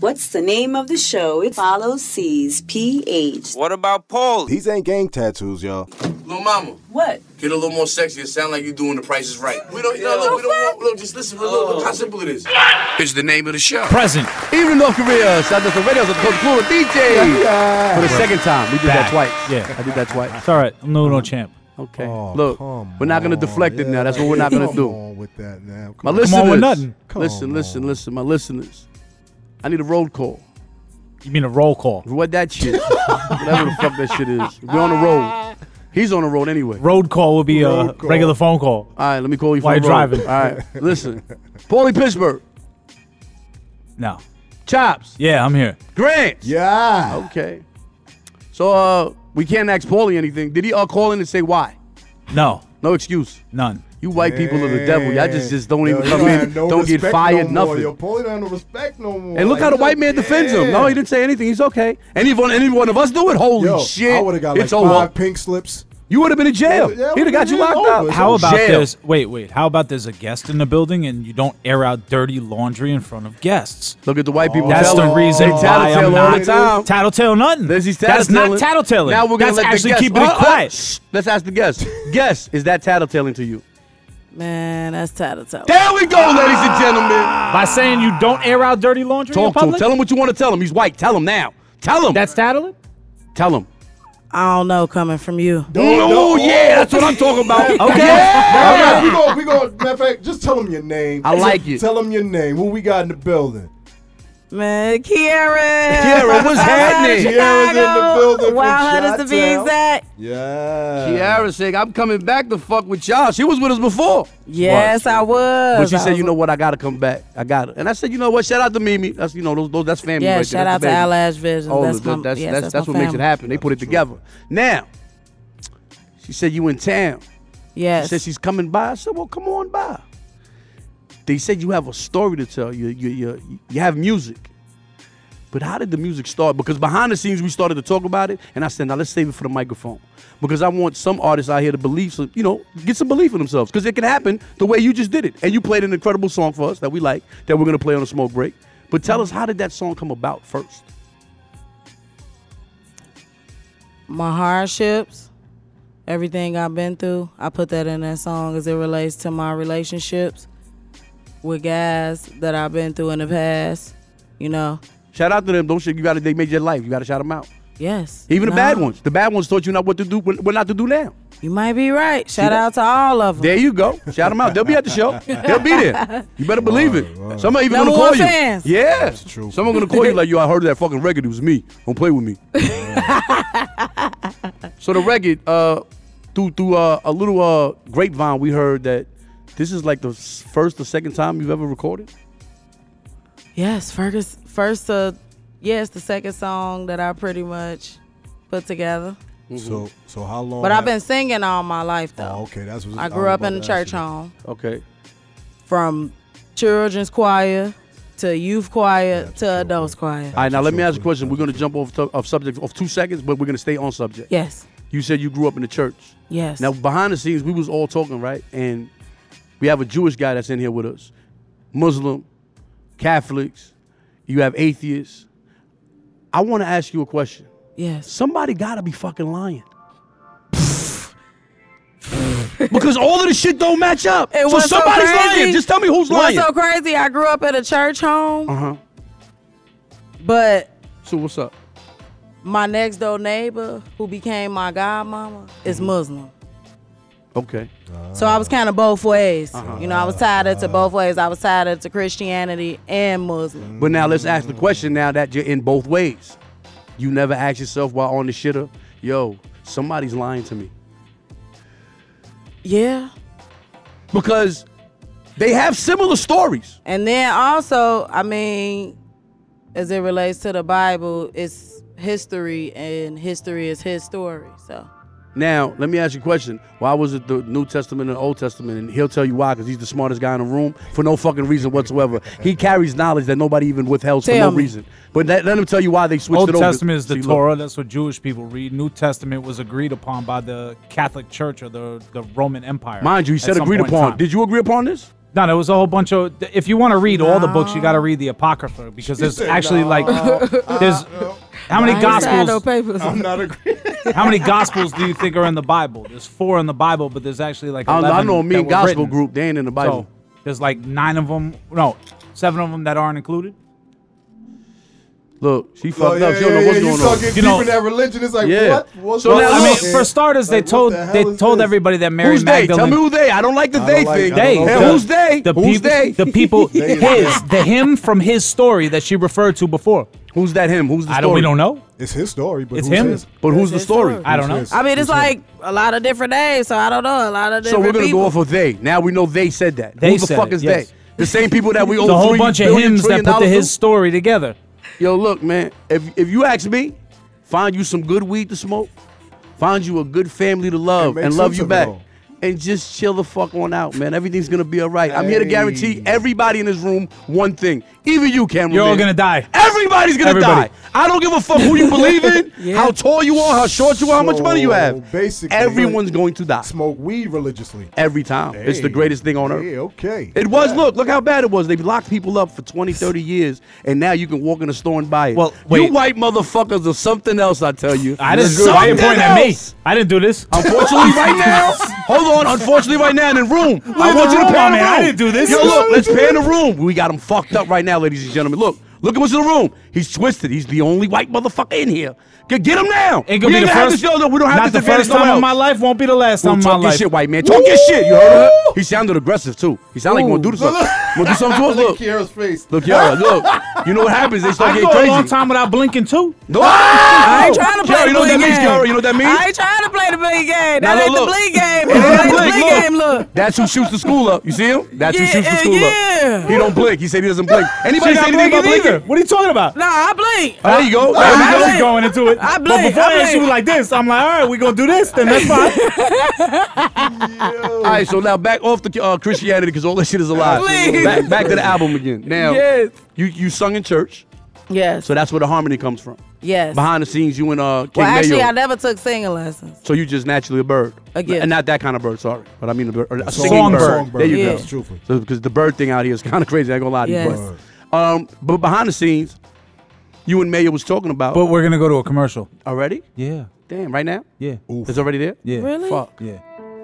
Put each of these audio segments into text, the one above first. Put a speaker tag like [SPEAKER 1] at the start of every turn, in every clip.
[SPEAKER 1] What's the name of the show? It follows C's PH.
[SPEAKER 2] What about Paul?
[SPEAKER 3] These ain't gang tattoos, y'all.
[SPEAKER 4] Little mama,
[SPEAKER 1] What?
[SPEAKER 4] get a little more sexy. It sound like you doing the prices right. We don't, no, look, we don't want, look, just listen, look,
[SPEAKER 5] Oh.
[SPEAKER 4] look how simple it is. It's the name of the show.
[SPEAKER 6] Present.
[SPEAKER 7] Even North Korea, South Korea, Radio, cool DJ. For the second time, we did that
[SPEAKER 6] Back.
[SPEAKER 7] twice.
[SPEAKER 6] Yeah.
[SPEAKER 7] I did that twice.
[SPEAKER 6] It's all right. I'm the Uno champ.
[SPEAKER 7] Okay.
[SPEAKER 5] Oh,
[SPEAKER 7] Look,
[SPEAKER 5] come
[SPEAKER 7] we're not gonna
[SPEAKER 5] on.
[SPEAKER 7] deflect it now. That's what
[SPEAKER 5] Yeah,
[SPEAKER 7] we're not gonna
[SPEAKER 5] come
[SPEAKER 7] do.
[SPEAKER 5] on with that now.
[SPEAKER 7] My
[SPEAKER 5] Come
[SPEAKER 7] listeners,
[SPEAKER 6] on with nothing.
[SPEAKER 5] Come
[SPEAKER 7] listen,
[SPEAKER 5] on.
[SPEAKER 7] listen, listen, my listeners. I need a roll call.
[SPEAKER 6] You mean a roll call?
[SPEAKER 7] What that shit? Whatever the fuck that shit is. We're on the road. He's on the road anyway.
[SPEAKER 6] Road call would be a
[SPEAKER 5] Road call.
[SPEAKER 6] regular phone call.
[SPEAKER 7] All right, let me call you
[SPEAKER 6] While
[SPEAKER 7] from the
[SPEAKER 6] you're
[SPEAKER 7] road.
[SPEAKER 6] driving.
[SPEAKER 7] All right, listen. Paulie Pittsburgh,
[SPEAKER 6] No.
[SPEAKER 7] Chops,
[SPEAKER 6] Yeah, I'm here.
[SPEAKER 7] Grant. Ah.
[SPEAKER 5] Yeah.
[SPEAKER 7] Okay. So uh, we can't ask Paulie anything. Did he uh, call in and say why?
[SPEAKER 6] No.
[SPEAKER 7] No excuse.
[SPEAKER 6] None.
[SPEAKER 7] You white people are the devil. Y'all just, just don't
[SPEAKER 5] Yo,
[SPEAKER 7] even
[SPEAKER 5] you
[SPEAKER 7] come in.
[SPEAKER 5] have no
[SPEAKER 7] don't get
[SPEAKER 5] respect
[SPEAKER 7] fired,
[SPEAKER 5] no more.
[SPEAKER 7] nothing.
[SPEAKER 5] Yo, Paulie don't have no respect no more.
[SPEAKER 7] And look
[SPEAKER 5] Like,
[SPEAKER 7] how the
[SPEAKER 5] he's
[SPEAKER 7] white
[SPEAKER 5] a-
[SPEAKER 7] man defends him. No,
[SPEAKER 5] Yeah.
[SPEAKER 7] he didn't say anything. He's okay. Any one, any one of us do it? Holy
[SPEAKER 5] Yo,
[SPEAKER 7] shit!
[SPEAKER 5] I would have got like
[SPEAKER 7] it's
[SPEAKER 5] five
[SPEAKER 7] over.
[SPEAKER 5] pink slips.
[SPEAKER 7] You would have been in jail.
[SPEAKER 5] Yeah,
[SPEAKER 7] He'd have got
[SPEAKER 5] it
[SPEAKER 7] you
[SPEAKER 5] is
[SPEAKER 7] locked
[SPEAKER 5] over.
[SPEAKER 7] up.
[SPEAKER 6] How about
[SPEAKER 7] jail.
[SPEAKER 6] there's wait, wait, how about there's a guest in the building and you don't air out dirty laundry in front of guests?
[SPEAKER 7] Look at the white people.
[SPEAKER 6] That's
[SPEAKER 7] telling.
[SPEAKER 6] the reason
[SPEAKER 7] They
[SPEAKER 6] why I'm
[SPEAKER 7] tattletale all
[SPEAKER 6] not
[SPEAKER 7] the time.
[SPEAKER 6] tattletale nothing.
[SPEAKER 7] This is
[SPEAKER 6] That's not
[SPEAKER 7] tattletelling.
[SPEAKER 6] tattletailing.
[SPEAKER 7] Now we're gonna
[SPEAKER 6] That's
[SPEAKER 7] let the
[SPEAKER 6] actually
[SPEAKER 7] guest-
[SPEAKER 6] keeping
[SPEAKER 7] Uh,
[SPEAKER 6] it
[SPEAKER 7] uh,
[SPEAKER 6] quiet.
[SPEAKER 7] shh. Let's ask the guest. Guess is that tattletailing to you?
[SPEAKER 8] Man, that's tattletale.
[SPEAKER 7] There we go, ladies and gentlemen.
[SPEAKER 6] By saying you don't air out dirty laundry in
[SPEAKER 7] Talk to him.
[SPEAKER 6] public,
[SPEAKER 7] Tell him what you want to tell him. He's white. Tell him now. Tell him.
[SPEAKER 6] that's tattling.
[SPEAKER 7] tell him.
[SPEAKER 8] I don't know coming from you.
[SPEAKER 7] Oh yeah, that's what I'm talking about.
[SPEAKER 6] Okay.
[SPEAKER 5] Matter of fact, we go. We go. Matter of fact, just tell him your name.
[SPEAKER 7] I like it.
[SPEAKER 5] Tell him your name. Who we got in the building?
[SPEAKER 8] Man, Kiara.
[SPEAKER 7] Kiara, what's happening?
[SPEAKER 5] Kiara's in the building from
[SPEAKER 8] Wow, how does to be
[SPEAKER 5] Chi-Town.
[SPEAKER 8] exact?
[SPEAKER 5] Yeah.
[SPEAKER 7] Kiara said, "I'm coming back to fuck with y'all." She was with us before.
[SPEAKER 8] Yes, I was.
[SPEAKER 7] But she
[SPEAKER 8] I
[SPEAKER 7] said,
[SPEAKER 8] was-
[SPEAKER 7] you know what, I gotta come back. I got it. And I said, you know what, shout out to Mimi. That's you know, those, those that's family
[SPEAKER 8] Yeah,
[SPEAKER 7] right there.
[SPEAKER 8] shout
[SPEAKER 7] That's
[SPEAKER 8] out
[SPEAKER 7] the
[SPEAKER 8] to
[SPEAKER 7] baby.
[SPEAKER 8] Eyelash Vision.
[SPEAKER 7] Oh,
[SPEAKER 8] that's
[SPEAKER 7] that-
[SPEAKER 8] my,
[SPEAKER 7] that's
[SPEAKER 8] yes,
[SPEAKER 7] that's, that's
[SPEAKER 8] my
[SPEAKER 7] what makes it
[SPEAKER 8] family.
[SPEAKER 7] happen. They put it together. Now, she said you in town. She
[SPEAKER 8] Yes.
[SPEAKER 7] said she's coming by. I said, well, come on by. They said you have a story to tell. You you you, you have music. But how did the music start? Because behind the scenes, we started to talk about it, and I said, "Now let's save it for the microphone," because I want some artists out here to believe, some, you know, get some belief in themselves, because it can happen the way you just did it. And you played an incredible song for us that we like, that we're gonna play on a smoke break. But tell us, how did that song come about first?
[SPEAKER 8] my hardships, everything I've been through, I put that in that song as it relates to my relationships with guys that I've been through in the past. You know,
[SPEAKER 7] Shout out to them. Don't shit. You gotta. They made your life. You gotta shout them out.
[SPEAKER 8] yes.
[SPEAKER 7] Even the
[SPEAKER 8] No,
[SPEAKER 7] bad ones. The bad ones taught you not what to do, what what not to do now.
[SPEAKER 8] You might be right. Shout
[SPEAKER 7] that-
[SPEAKER 8] out to all of them.
[SPEAKER 7] There you go. Shout them out. They'll be at the show. They'll be there. You better believe it. Somebody even
[SPEAKER 8] Number
[SPEAKER 7] gonna call
[SPEAKER 8] one
[SPEAKER 7] you.
[SPEAKER 8] fans.
[SPEAKER 7] Yeah.
[SPEAKER 5] That's true.
[SPEAKER 7] Someone gonna call you like, yo, I heard that fucking record. It was me. Don't play with me. so the record, uh, through through uh, a little uh grapevine, we heard that this is like the s- first or second time you've ever recorded.
[SPEAKER 8] Yes, Fergus. First, uh, yes, the second song that I pretty much put together.
[SPEAKER 5] So, so how long?
[SPEAKER 8] But I've been
[SPEAKER 5] have-
[SPEAKER 8] singing all my life though.
[SPEAKER 5] Oh, okay, that's what
[SPEAKER 8] I
[SPEAKER 5] was
[SPEAKER 8] grew up
[SPEAKER 5] about
[SPEAKER 8] in the
[SPEAKER 5] to
[SPEAKER 8] church
[SPEAKER 5] ask you.
[SPEAKER 8] home.
[SPEAKER 7] Okay.
[SPEAKER 8] from children's choir to youth choir to adults choir.
[SPEAKER 7] All right. Now let me
[SPEAKER 5] true.
[SPEAKER 7] ask you a question. We're gonna jump off to- of subject of two seconds, but we're gonna stay on subject.
[SPEAKER 8] yes,
[SPEAKER 7] You said you grew up in the church.
[SPEAKER 8] yes.
[SPEAKER 7] Now behind the scenes, we was all talking, right? And we have a Jewish guy that's in here with us, Muslim, Catholics. You have atheists. I want to ask you a question.
[SPEAKER 8] yes,
[SPEAKER 7] Somebody gotta be fucking lying. because all of the shit don't match up.
[SPEAKER 8] It
[SPEAKER 7] so
[SPEAKER 8] was so
[SPEAKER 7] somebody's lying.
[SPEAKER 8] crazy.
[SPEAKER 7] Just tell me who's lying.
[SPEAKER 8] What's so crazy? I grew up at a church home,
[SPEAKER 7] uh-huh.
[SPEAKER 8] but
[SPEAKER 7] So what's up?
[SPEAKER 8] my next door neighbor, who became my godmama,
[SPEAKER 7] Mm-hmm.
[SPEAKER 8] is Muslim.
[SPEAKER 7] Okay.
[SPEAKER 8] So I was kind of both ways.
[SPEAKER 7] Uh-huh.
[SPEAKER 8] You know, I was tied into both ways. I was tied into Christianity and Muslim.
[SPEAKER 7] But now let's ask the question now that you're in both ways. You never ask yourself while on the shitter, yo, somebody's lying to me. Mm-hmm.
[SPEAKER 8] Yeah.
[SPEAKER 7] because they have similar stories.
[SPEAKER 8] And then also, I mean, as it relates to the Bible, it's history, and history is his story. So,
[SPEAKER 7] Now, let me ask you a question. Why was it the New Testament and the Old Testament? And he'll tell you why, because he's the smartest guy in the room for no fucking reason whatsoever. he carries knowledge that nobody even withholds for
[SPEAKER 8] Tell
[SPEAKER 7] no
[SPEAKER 8] me.
[SPEAKER 7] reason. But let, let him tell you why they switched
[SPEAKER 6] Old
[SPEAKER 7] it over.
[SPEAKER 6] Testament is the
[SPEAKER 7] See, look.
[SPEAKER 6] Torah. That's what Jewish people read. New Testament was agreed upon by the Catholic Church or the, the Roman Empire.
[SPEAKER 7] Mind you, he
[SPEAKER 6] at
[SPEAKER 7] said
[SPEAKER 6] some
[SPEAKER 7] agreed
[SPEAKER 6] point in
[SPEAKER 7] upon.
[SPEAKER 6] time.
[SPEAKER 7] Did you agree upon this?
[SPEAKER 6] No, there was a whole bunch of. If you want to read all the books, you got to read the Apocrypha because there's
[SPEAKER 5] said,
[SPEAKER 6] actually
[SPEAKER 5] "No,
[SPEAKER 6] like there's how many
[SPEAKER 8] I ain't signed no
[SPEAKER 6] gospels?
[SPEAKER 8] papers.
[SPEAKER 5] Uh, I'm not agreeing.
[SPEAKER 6] How many gospels do you think are in the Bible? There's four in the Bible, but there's actually like
[SPEAKER 7] I,
[SPEAKER 6] 11
[SPEAKER 7] don't know, I know a
[SPEAKER 6] that
[SPEAKER 7] mean
[SPEAKER 6] were
[SPEAKER 7] gospel
[SPEAKER 6] written.
[SPEAKER 7] group. They ain't in the Bible.
[SPEAKER 6] So there's like nine of them. No, seven of them that aren't included.
[SPEAKER 7] Look, she
[SPEAKER 5] Oh,
[SPEAKER 7] fucked
[SPEAKER 5] yeah,
[SPEAKER 7] up. She don't
[SPEAKER 5] yeah,
[SPEAKER 7] know what's
[SPEAKER 5] yeah, you
[SPEAKER 7] going
[SPEAKER 5] start
[SPEAKER 7] on.
[SPEAKER 5] getting
[SPEAKER 6] You
[SPEAKER 5] deep
[SPEAKER 6] know-
[SPEAKER 5] in that religion. It's like,
[SPEAKER 7] Yeah.
[SPEAKER 5] what? What's
[SPEAKER 7] So
[SPEAKER 6] Well,
[SPEAKER 7] now
[SPEAKER 5] going
[SPEAKER 6] I mean,
[SPEAKER 7] look.
[SPEAKER 5] on?
[SPEAKER 6] for starters, they
[SPEAKER 5] Like, what
[SPEAKER 6] told
[SPEAKER 5] the hell
[SPEAKER 6] they
[SPEAKER 5] is
[SPEAKER 6] told
[SPEAKER 5] this?
[SPEAKER 6] everybody that Mary
[SPEAKER 7] Who's they?
[SPEAKER 6] Magdalene.
[SPEAKER 7] Tell me who they. I don't like the
[SPEAKER 5] I don't
[SPEAKER 7] they
[SPEAKER 5] like-
[SPEAKER 7] thing.
[SPEAKER 5] I
[SPEAKER 6] They,
[SPEAKER 5] don't
[SPEAKER 7] Hell,
[SPEAKER 5] know.
[SPEAKER 7] who's they?
[SPEAKER 6] The
[SPEAKER 7] who's
[SPEAKER 6] peop-
[SPEAKER 7] they?
[SPEAKER 6] The people,
[SPEAKER 5] is
[SPEAKER 6] his, the him from his story that she referred to before.
[SPEAKER 7] who's that? Him? Who's the
[SPEAKER 6] I
[SPEAKER 7] story?
[SPEAKER 6] don't. We don't know.
[SPEAKER 5] It's his story, but
[SPEAKER 6] It's
[SPEAKER 5] who's
[SPEAKER 6] him.
[SPEAKER 5] his?
[SPEAKER 7] But who's the
[SPEAKER 8] That's
[SPEAKER 7] story?
[SPEAKER 8] his
[SPEAKER 6] I don't know.
[SPEAKER 5] Yes.
[SPEAKER 8] I mean, it's like a lot of different names, so I don't know. A lot of
[SPEAKER 7] So
[SPEAKER 8] different
[SPEAKER 7] we're gonna
[SPEAKER 8] people.
[SPEAKER 7] go off of they. Now we know they said that.
[SPEAKER 6] They
[SPEAKER 7] Who the
[SPEAKER 6] said
[SPEAKER 7] fuck
[SPEAKER 6] it,
[SPEAKER 7] is
[SPEAKER 6] yes.
[SPEAKER 7] they? The same people that we owe
[SPEAKER 6] The whole
[SPEAKER 7] three
[SPEAKER 6] bunch of
[SPEAKER 7] billion,
[SPEAKER 6] hymns
[SPEAKER 7] trillion
[SPEAKER 6] that put the
[SPEAKER 7] dollars
[SPEAKER 6] his
[SPEAKER 7] to?
[SPEAKER 6] story together.
[SPEAKER 7] Yo, look, man. If if you ask me, find you some good weed to smoke, find you a good family to
[SPEAKER 5] And
[SPEAKER 7] love,
[SPEAKER 5] make
[SPEAKER 7] and, love
[SPEAKER 5] sense
[SPEAKER 7] you
[SPEAKER 5] of it
[SPEAKER 7] back,
[SPEAKER 5] all.
[SPEAKER 7] and just chill the fuck on out, man. Everything's gonna be all right. I'm here to
[SPEAKER 5] Hey.
[SPEAKER 7] guarantee everybody in this room one thing. Even you, Cameron.
[SPEAKER 6] You're all gonna die.
[SPEAKER 7] Everybody's gonna
[SPEAKER 6] Everybody.
[SPEAKER 7] die. I don't give a fuck who you believe in, how tall you are, how short you are, how much money you
[SPEAKER 5] So,
[SPEAKER 7] have.
[SPEAKER 5] basically-
[SPEAKER 7] everyone's going to die
[SPEAKER 5] Smoke weed religiously.
[SPEAKER 7] every time. It's the
[SPEAKER 5] Hey.
[SPEAKER 7] greatest thing on earth.
[SPEAKER 5] Yeah, okay.
[SPEAKER 7] It was. Look, look how bad it was. They've locked people up for 20, 30 years, and now you can walk in a store and buy it.
[SPEAKER 6] Well,
[SPEAKER 7] you
[SPEAKER 6] wait.
[SPEAKER 7] white motherfuckers are something else. I tell you,
[SPEAKER 6] I didn't.
[SPEAKER 7] Something
[SPEAKER 6] Why you pointing at me?
[SPEAKER 7] else.
[SPEAKER 6] I didn't do this.
[SPEAKER 7] Unfortunately, right now, hold on. Unfortunately, right now in the room, I want
[SPEAKER 6] in the
[SPEAKER 7] you to
[SPEAKER 6] room,
[SPEAKER 7] pan the
[SPEAKER 6] man.
[SPEAKER 7] room.
[SPEAKER 6] I didn't do this.
[SPEAKER 7] Yo, look, let's pan the room. We got him fucked up right now, ladies and gentlemen. Look, look at what's in the room. He's twisted. He's the only white motherfucker in here. Get, get him now.
[SPEAKER 6] Ain't
[SPEAKER 7] we
[SPEAKER 6] gonna be the
[SPEAKER 7] gonna Have
[SPEAKER 6] first.
[SPEAKER 7] this, yo, no, we don't have this
[SPEAKER 6] not the first
[SPEAKER 7] advantage nowhere
[SPEAKER 6] time in
[SPEAKER 7] else.
[SPEAKER 6] my life. Won't be the last
[SPEAKER 7] Well,
[SPEAKER 6] time in my
[SPEAKER 7] talk your
[SPEAKER 6] life.
[SPEAKER 7] shit, white man. Talk your shit. You heard of He sounded aggressive too. He sounded like he gonna do something. Gonna do something to us. Look,
[SPEAKER 5] Kiara's face.
[SPEAKER 7] Look, y'all, look. You know what happens? They start
[SPEAKER 6] I
[SPEAKER 7] getting
[SPEAKER 6] go a
[SPEAKER 7] crazy.
[SPEAKER 6] long time without blinking too.
[SPEAKER 7] No!
[SPEAKER 8] Ah! I ain't trying to play
[SPEAKER 7] Kiara,
[SPEAKER 8] the
[SPEAKER 7] you know what that
[SPEAKER 8] blame
[SPEAKER 7] means,
[SPEAKER 8] game.
[SPEAKER 7] Kiara? You know what that means?
[SPEAKER 8] I ain't trying to play the big game.
[SPEAKER 7] Now,
[SPEAKER 8] That ain't
[SPEAKER 7] look,
[SPEAKER 8] the
[SPEAKER 7] look.
[SPEAKER 8] big game.
[SPEAKER 7] It ain't
[SPEAKER 8] That ain't
[SPEAKER 7] blink,
[SPEAKER 8] the
[SPEAKER 7] look.
[SPEAKER 8] big game. Look.
[SPEAKER 7] That's who shoots the school up. You see him? That's who
[SPEAKER 8] Yeah,
[SPEAKER 7] shoots the
[SPEAKER 8] uh,
[SPEAKER 7] school
[SPEAKER 8] yeah.
[SPEAKER 7] up. He don't blink. He said he doesn't blink. Anybody
[SPEAKER 6] She's
[SPEAKER 7] say
[SPEAKER 6] not
[SPEAKER 7] anything about
[SPEAKER 6] blinking
[SPEAKER 7] blinking?
[SPEAKER 6] either. What are you talking about?
[SPEAKER 8] Nah, I blink.
[SPEAKER 7] Oh, there you go. There
[SPEAKER 6] I
[SPEAKER 7] you
[SPEAKER 6] was
[SPEAKER 8] blink.
[SPEAKER 6] going into it.
[SPEAKER 8] I
[SPEAKER 6] But
[SPEAKER 8] blink,
[SPEAKER 6] before
[SPEAKER 8] I
[SPEAKER 6] that, she
[SPEAKER 8] blink.
[SPEAKER 6] was like this. I'm like, all right, we gonna do this, then that's fine.
[SPEAKER 7] go. All right, so now back off the uh, Christianity because all that shit is a lie.
[SPEAKER 8] Please.
[SPEAKER 7] Back, back to the album again. Now,
[SPEAKER 8] Yes.
[SPEAKER 7] you you sung in church,
[SPEAKER 8] Yes.
[SPEAKER 7] so that's where the harmony comes from.
[SPEAKER 8] yes.
[SPEAKER 7] Behind the scenes, you and uh, King
[SPEAKER 8] well, actually,
[SPEAKER 7] Mayo.
[SPEAKER 8] I never took singing lessons.
[SPEAKER 7] So you just naturally a bird.
[SPEAKER 8] A gift.
[SPEAKER 7] And not that kind of bird, sorry. But I mean a, bird, a
[SPEAKER 5] Song-
[SPEAKER 7] singing bird.
[SPEAKER 5] songbird.
[SPEAKER 7] There you
[SPEAKER 8] Yeah.
[SPEAKER 7] go.
[SPEAKER 5] That's truthful.
[SPEAKER 7] So because the bird thing out here is kind of crazy. I ain't gonna lie to
[SPEAKER 8] Yes.
[SPEAKER 7] you. But, um, but behind the scenes, you and Mayor was talking about
[SPEAKER 6] But we're gonna go to a commercial.
[SPEAKER 7] already.
[SPEAKER 6] Yeah,
[SPEAKER 7] Damn, right now
[SPEAKER 6] yeah,
[SPEAKER 7] it's already there.
[SPEAKER 6] yeah,
[SPEAKER 8] Really?
[SPEAKER 7] Fuck.
[SPEAKER 6] yeah.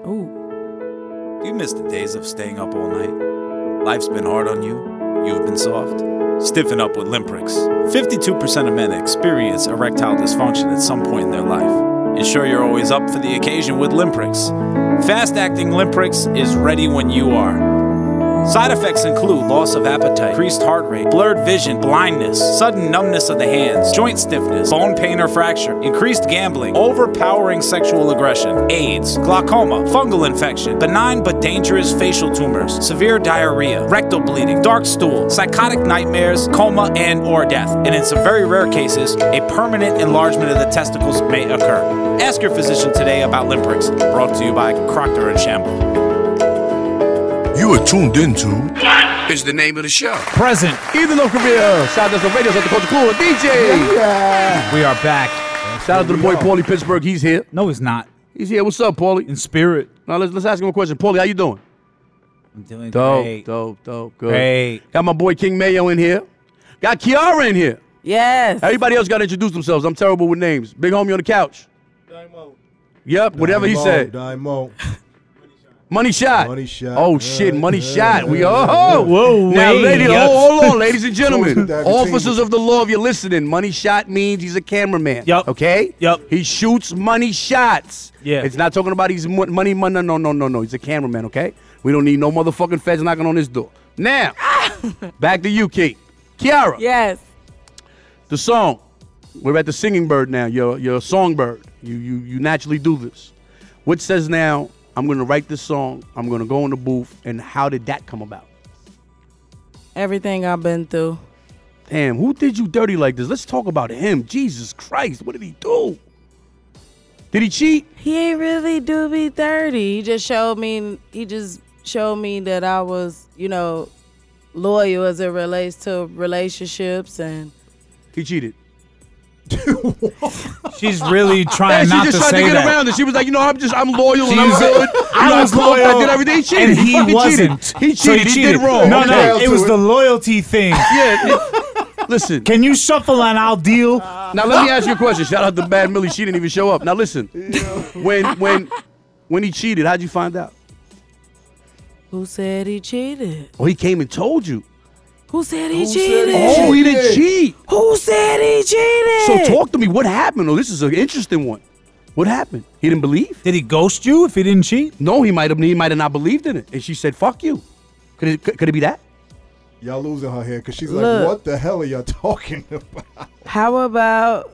[SPEAKER 8] Ooh.
[SPEAKER 2] Do you miss the days of staying up all night? Life's been hard on you. You've been soft. Stiffen up with Limprix. 52% of men experience erectile dysfunction at some point in their life. Ensure you're always up for the occasion with Limprix. Fast acting Limprix is ready when you are. Side effects include loss of appetite, increased heart rate, blurred vision, blindness, sudden numbness of the hands, joint stiffness, bone pain or fracture, increased gambling, overpowering sexual aggression, AIDS, glaucoma, fungal infection, benign but dangerous facial tumors, severe diarrhea, rectal bleeding, dark stool, psychotic nightmares, coma and or death. And in some very rare cases, a permanent enlargement of the testicles may occur. Ask your physician today about Limprix, brought to you by Procter and Gamble.
[SPEAKER 4] You are tuned into. It's the name of the show.
[SPEAKER 6] Present.
[SPEAKER 7] Even North Korea. Shout out to the radio. Shout out to Culture Cool and DJ.
[SPEAKER 6] We are back.
[SPEAKER 7] Shout out to the boy Paulie Pittsburgh. He's here.
[SPEAKER 6] No, he's not.
[SPEAKER 7] He's here. What's up, Paulie?
[SPEAKER 6] In spirit.
[SPEAKER 7] Now let's let's ask him a question. Paulie, how you doing?
[SPEAKER 6] I'm doing
[SPEAKER 7] Dope,
[SPEAKER 6] great.
[SPEAKER 7] dope, dope. Good.
[SPEAKER 6] Great.
[SPEAKER 7] Got my boy King Mayo in here. Got Kiara in here.
[SPEAKER 8] Yes.
[SPEAKER 7] Everybody else got to introduce themselves. I'm terrible with names. Big homie on the couch. Yep, whatever he
[SPEAKER 5] Dime
[SPEAKER 7] said.
[SPEAKER 5] Dimo.
[SPEAKER 7] Money shot.
[SPEAKER 5] Money shot.
[SPEAKER 7] Oh
[SPEAKER 5] Yeah,
[SPEAKER 7] shit, money
[SPEAKER 5] yeah,
[SPEAKER 7] shot. We
[SPEAKER 5] yeah,
[SPEAKER 7] oh
[SPEAKER 5] yeah.
[SPEAKER 6] Whoa,
[SPEAKER 7] Now,
[SPEAKER 6] wait,
[SPEAKER 7] ladies,
[SPEAKER 6] yup.
[SPEAKER 7] oh, hold on, ladies and gentlemen,
[SPEAKER 5] Close with that
[SPEAKER 7] officers
[SPEAKER 5] between.
[SPEAKER 7] of the law, if you're listening, money shot means he's a cameraman.
[SPEAKER 6] Yup.
[SPEAKER 7] Okay.
[SPEAKER 6] Yup.
[SPEAKER 7] He shoots money shots.
[SPEAKER 6] Yeah.
[SPEAKER 7] It's not talking about he's mo- money, money. No, no, no, no, no. He's a cameraman. Okay. We don't need no motherfucking feds knocking on his door. Now, back to you, Kate. Kiara.
[SPEAKER 8] yes.
[SPEAKER 7] The song. We're at the singing bird now. You're you're a songbird. You you you naturally do this. Which says now, I'm gonna write this song, I'm gonna go in the booth, and how did that come about?
[SPEAKER 8] Everything I've been through.
[SPEAKER 7] Damn, who did you dirty like this? Let's talk about him. Jesus Christ, what did he do? Did he cheat?
[SPEAKER 8] He ain't really do me dirty. He just showed me. He just showed me that I was, you know, loyal as it relates to relationships and
[SPEAKER 7] He cheated.
[SPEAKER 6] She's really
[SPEAKER 7] And
[SPEAKER 6] trying
[SPEAKER 7] she
[SPEAKER 6] not
[SPEAKER 7] just
[SPEAKER 6] to
[SPEAKER 7] tried to
[SPEAKER 6] say
[SPEAKER 7] get
[SPEAKER 6] that.
[SPEAKER 7] around it. She was like, you know, I'm just, I'm loyal and I'm
[SPEAKER 6] She's-
[SPEAKER 7] good. You know,
[SPEAKER 6] I was
[SPEAKER 7] fucked,
[SPEAKER 6] loyal.
[SPEAKER 7] I did everything. He cheated.
[SPEAKER 6] And he
[SPEAKER 7] fucking cheated.
[SPEAKER 6] wasn't.
[SPEAKER 7] He
[SPEAKER 6] So
[SPEAKER 7] cheated. He did wrong.
[SPEAKER 6] No,
[SPEAKER 7] Okay.
[SPEAKER 6] no,
[SPEAKER 5] Okay.
[SPEAKER 6] it was the loyalty thing.
[SPEAKER 7] Yeah. it- Listen,
[SPEAKER 6] Can you shuffle and I'll deal?
[SPEAKER 7] now let me ask you a question. Shout out to Bad Millie. She didn't even show up. Now listen, when when when he cheated, how'd you find out?
[SPEAKER 8] Who said he cheated?
[SPEAKER 7] Oh, he came and told you.
[SPEAKER 8] Who said he
[SPEAKER 5] said
[SPEAKER 8] cheated?
[SPEAKER 5] he
[SPEAKER 7] Oh, he didn't
[SPEAKER 5] Cheated.
[SPEAKER 7] cheat.
[SPEAKER 8] Who said he
[SPEAKER 7] So
[SPEAKER 8] cheated?
[SPEAKER 7] talk to me. What happened? Oh, this is an interesting one. What happened? He didn't believe.
[SPEAKER 6] Did he ghost you if he didn't cheat?
[SPEAKER 7] No, he might have. He might have not believed in it. And she said, "Fuck you." Could it, could, could it be that?
[SPEAKER 5] Y'all losing her here because she's
[SPEAKER 8] Look.
[SPEAKER 5] like, what the hell are y'all talking about?
[SPEAKER 8] How about